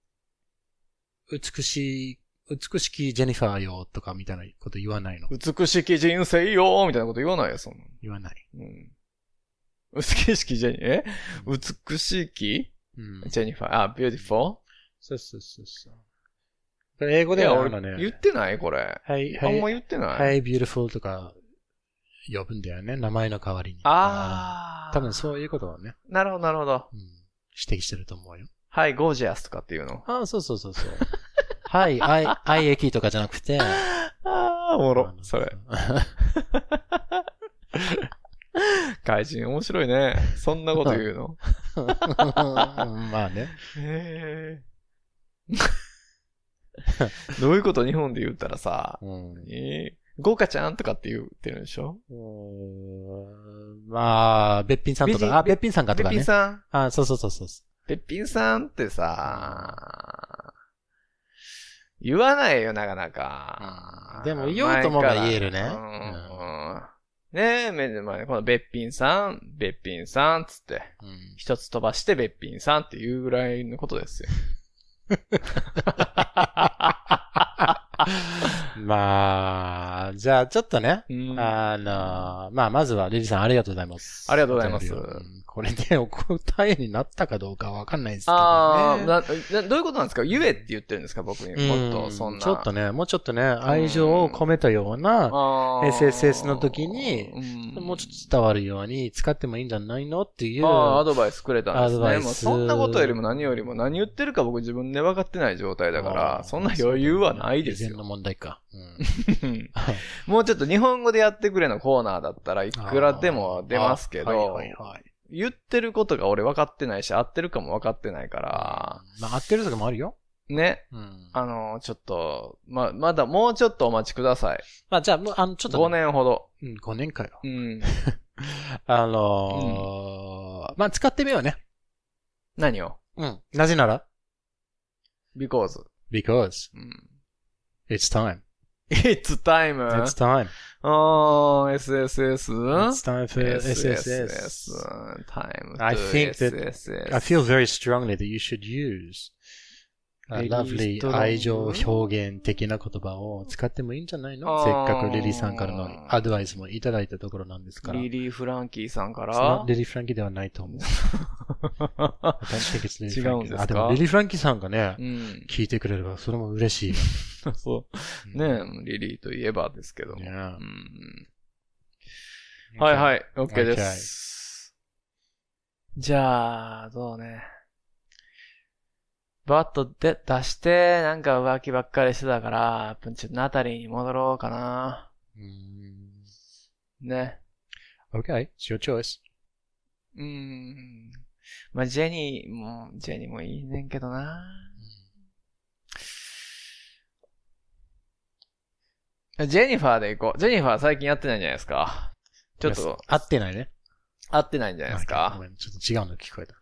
B: 美しい、美しきジェニファーよとかみたいなこと言わないの
A: 美しき人生よーみたいなこと言わないよ、そんな。
B: 言わない。
A: うん。美しきジェニ、え美しき
B: うん。
A: ジェニファー。あ、beautiful?
B: そうそうそうそう。これ英語
A: い
B: で
A: や、
B: はあるの
A: 俺、言
B: ね
A: っ。てないこれ。
B: はい、
A: あんま
B: はい。
A: 言ってない、
B: はい、beautiful とか呼ぶんだよね。名前の代わりに。
A: あー。
B: 多分そういうことをね、
A: なるほど、なるほど。
B: うん、指摘してると思うよ。
A: はい、ゴージャスとかっていうの。
B: ああ、そうそうそう そう。はい、愛、愛駅とかじゃなく て。
A: あー、おもろ。
B: あの
A: それ。。怪人面白いね。そんなこと言う の。
B: まあね。
A: へー どういうこと日本で言ったらさ、
B: うん。
A: えー、ゴカちゃんとかって言ってるんでしょ
B: まあ、べっぴんさんと
A: べじ
B: か、あ、べっぴんさん
A: べ
B: かと
A: っ
B: か
A: ぴん
B: ね。
A: さん。
B: あそうそうそうそう。
A: べっぴんさんってさ、言わないよ、なかなか。
B: うんでも言おうと思えば言えるね
A: 前からうんねえ、めで、まあね、このべっぴんさん、べっぴんさん、つって、
B: うん。
A: 一つ飛ばしてべっぴんさんっていうぐらいのことですよ。
B: まあ、じゃあちょっとね、
A: うん
B: あの、まあ、まずは、リリさん、ありがとうございます。
A: ありがとうございます
B: お便りをうんこれでお答えになったかどうかわかんないですけどね。
A: ああ、な、などういうことなんですかゆえって言ってるんですか僕に。
B: うん
A: もっと、そんな。
B: ちょっとね、もうちょっとね、愛情を込めたような、
A: あー、
B: SSS の時に
A: うん
B: もうちょっと伝わるように使ってもいいんじゃないのっていう。
A: ああ、アドバイスくれたんです
B: アド
A: ね。
B: バイス
A: もうそんなことよりも何よりも何言ってるか僕自分で分かってない状態だから、そんな余裕はないです
B: 以前の
A: よ。
B: 問題か。うん。
A: もうちょっと日本語でやってくれのコーナーだった らいくらでも出ますけ
B: あ
A: ど
B: はい、はいはい。
A: 言ってることが俺分かってないし、合ってるかも分かってないから、
B: まあ、合ってるとかもあるよ。
A: ね。
B: うん。
A: あの、ちょっと、ま、まだもうちょっとお待ちください。
B: まあ、じゃあ、もう、あの、ちょっと、
A: 5。年ほど。
B: うん、5年かよ。
A: うん。
B: あのーまあ、使ってみようね。
A: 何 を
B: うん。なぜなら
A: ?because.
B: ?because
A: うん
B: it's time.
A: It's time.
B: It's time.
A: あー、SSS?
B: It's time for
A: SSS.
B: SSS.
A: Time
B: I
A: to
B: think that-
A: SSS.
B: I feel very strongly that you should use a
A: Very
B: lovely
A: strong.
B: 愛情表現的な言葉を使ってもいいんじゃないの
A: あ
B: せ
A: ー
B: っかくリリーさんからのアドバイスもいただいたところなんですから。
A: リリー・フランキーさんか
B: そ
A: ら
B: のリリー・フランキーではない と思う。I don't think it's リリー・フ
A: 違
B: ラ
A: う
B: ン
A: ん
B: キ
A: ですか
B: ー。あ、でもリリー・フランキーさんがね
A: う、ん。
B: 聞いてくれればそれも嬉しいわ。
A: そう。ねえリリーといえばですけども。
B: ねえ。
A: うん はいはいい、OK です。じゃあ、どうね。バッとで出して、なんか浮気ばっかりしてたから、やっぱちょっとナタリーに戻ろうかな。ね。
B: Okay, it's your choice.
A: うーん。まあ、ジェニーも、ジェニーもいいねんけどな。ジェニファーで行こう。ジェニファー最近やってないんじゃないですか。ちょっと、
B: 合ってないね。
A: 合ってないんじゃないです
B: ご
A: か。
B: めん、ちょっと違うの聞こえた。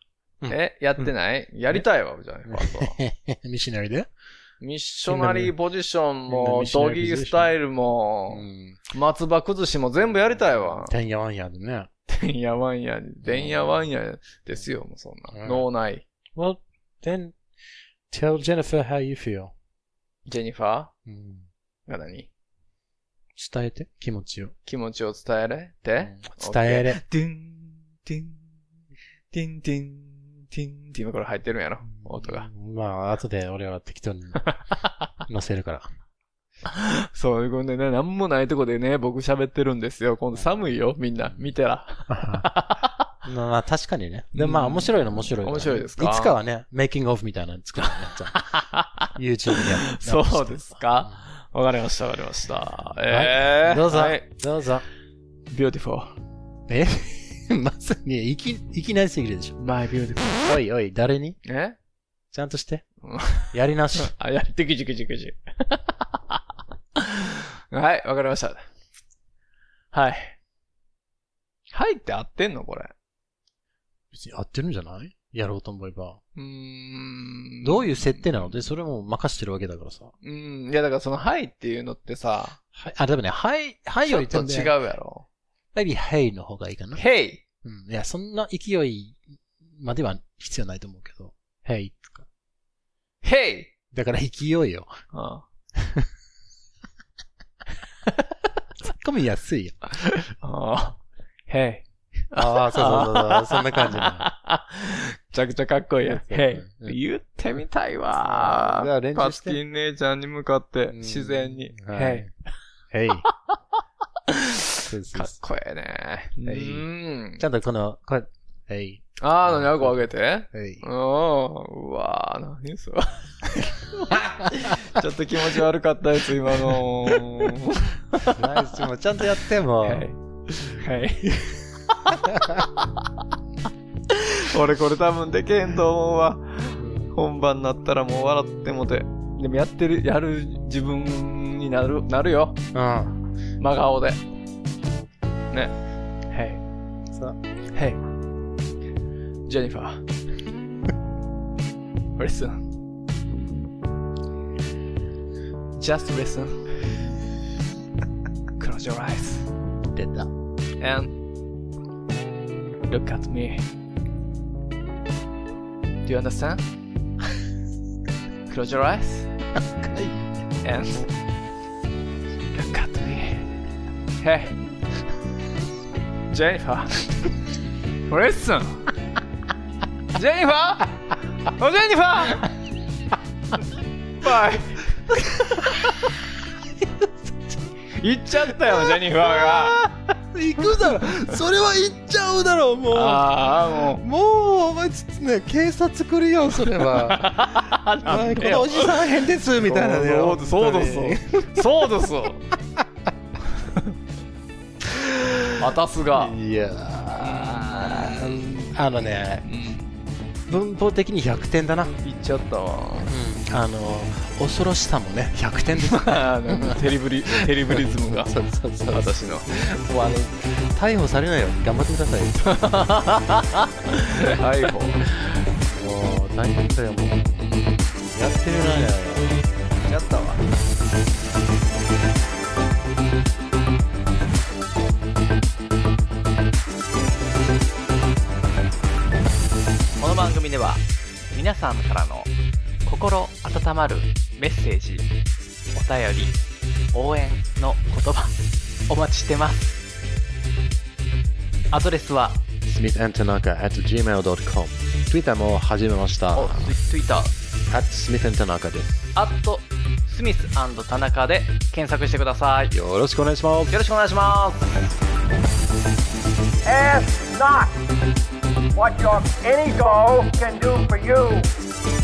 B: ん
A: え、やってないやりたいわ、ジェニファーと。
B: ミシナリで
A: ミッショナリーポジションも、ドギースタイルも、松葉崩しも全部やりたいわ。
B: てんやわんやでね。
A: てんやわんや、てんやわんやですよ、もうそん
B: う
A: な。
B: ん
A: 脳内。
B: Well, then, tell Jennifer how you feel.
A: ジェニファ
B: うん
A: ーが何
B: 伝えて、気持ちを。
A: 気持ちを伝えれて、
B: 伝えれ。
A: ドゥン、ドゥン、ドゥン、ドゥン、ドゥンって今から入ってるんやろ、音が。。
B: まあ、後で俺は適 当に載せるから。
A: そういうことでね、なんもないとこでね、僕喋ってるんですよ。今度寒いよ、みんな。見てら。
B: まあ、確かにね。で
A: うん
B: もまあ、面白いの面白いからね。
A: 面白いですか
B: いつかはね、メイキングオフみたいなの作るね。 じゃあ YouTube でやる。
A: そうですかわかりました、わかりました。
B: はい
A: えー、
B: どうぞ
A: はい、
B: どうぞ。
A: beautiful.
B: え まさに、いき、いきなりすぎるでしょ。
A: マイビューティ
B: おいおい、誰に
A: フル。え
B: ちゃんとして
A: うん。
B: やりなし。
A: あ、やってくじくじくじ。 はい、わかりました。はい。はいって合ってんのこれ。
B: 別に合ってるんじゃないやろうと思えば。
A: うーん。
B: どういう設定なので、それも任してるわけだからさ。
A: うん。いや、だからその、はいっていうのってさ、
B: はい、あ、でもね、はい、はい
A: ち
B: よ
A: ょっ
B: り
A: と
B: 飛んで
A: 違う
B: う。
A: やろ。
B: メビヘイの方がいいかな。
A: ヘイ
B: うん。いや、そんな勢いまでは必要ないと思うけど。ヘイとか。
A: ヘイ
B: だから勢いよ。
A: うん。
B: 突っ込みやすいよ。
A: ああ。ヘイ。
B: ああ、そうそうそうそう。そんな感じ
A: め
B: な。
A: ちゃくちゃかっこいいやん。
B: そうそう
A: ヘ
B: そううん
A: イ。言ってみたいわ
B: じゃあ練習して
A: パスティン姉ちゃんに向かって、自然に。 ヘイ。
B: イ。ヘイ。 そうそ
A: か
B: う
A: っ
B: そ
A: こええね。う
B: はい
A: ん
B: う。ち。ゃんとこの、これ、ヘイ、
A: あーのにあこあげて。
B: ヘイ
A: う。ん。うわー、何それ。 ちょっと気持ち悪かったです、今の。
B: ナイス、もうちゃんとやっても。
A: はい。はい。 俺これ多分でけへんと思うわ。本番になったらもう笑ってもて。でもやってる、やる自分になる、なるよ。
B: うん。
A: 真顔で。ね。はい。
B: そう。
A: Hey, Jennifer. listen. Just listen. Close your eyes
B: 出た。
A: and look at me. Do you understand? Close your eyes and look at me. Hey, Jennifer, listen. Jennifer, oh Jennifer, bye. 言っちゃったよ、ジェニファーが。
B: 行くだろそれは行っちゃうだろもう
A: ああ、も
B: もうお前ちょっとね警察来るよそれは
A: う。
B: はいこのおじさん変ですみたいなね
A: そうだそうだそうだそ
B: 本
A: うだそうだ。渡すが
B: 当。にいやーあのね文法的に100点だな、
A: いっちゃったわ。
B: あの恐ろしさもね100点です
A: あーなんかテリブリ、テリブリズムが。
B: そうそうそう
A: 私の。
B: もうあの逮捕されないように頑張ってください
A: はい、ほう。
B: もう大変だよもうやってるなよ
A: やったわ。
D: この番組では皆さんからの心温まるメッセージお便り応援の言葉 お待ちしてますアドレスは
H: smithandtanaka.gmail.com ツイッターも始めました。
D: お Twitter
H: at smithandtanaka です。
D: アットスミス田中で検索してくださいよ
H: よろしくお願いします。
D: ろしくお願いします
F: Ask not what your any go can do for you.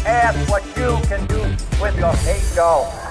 F: Ask what you can do with your hate go.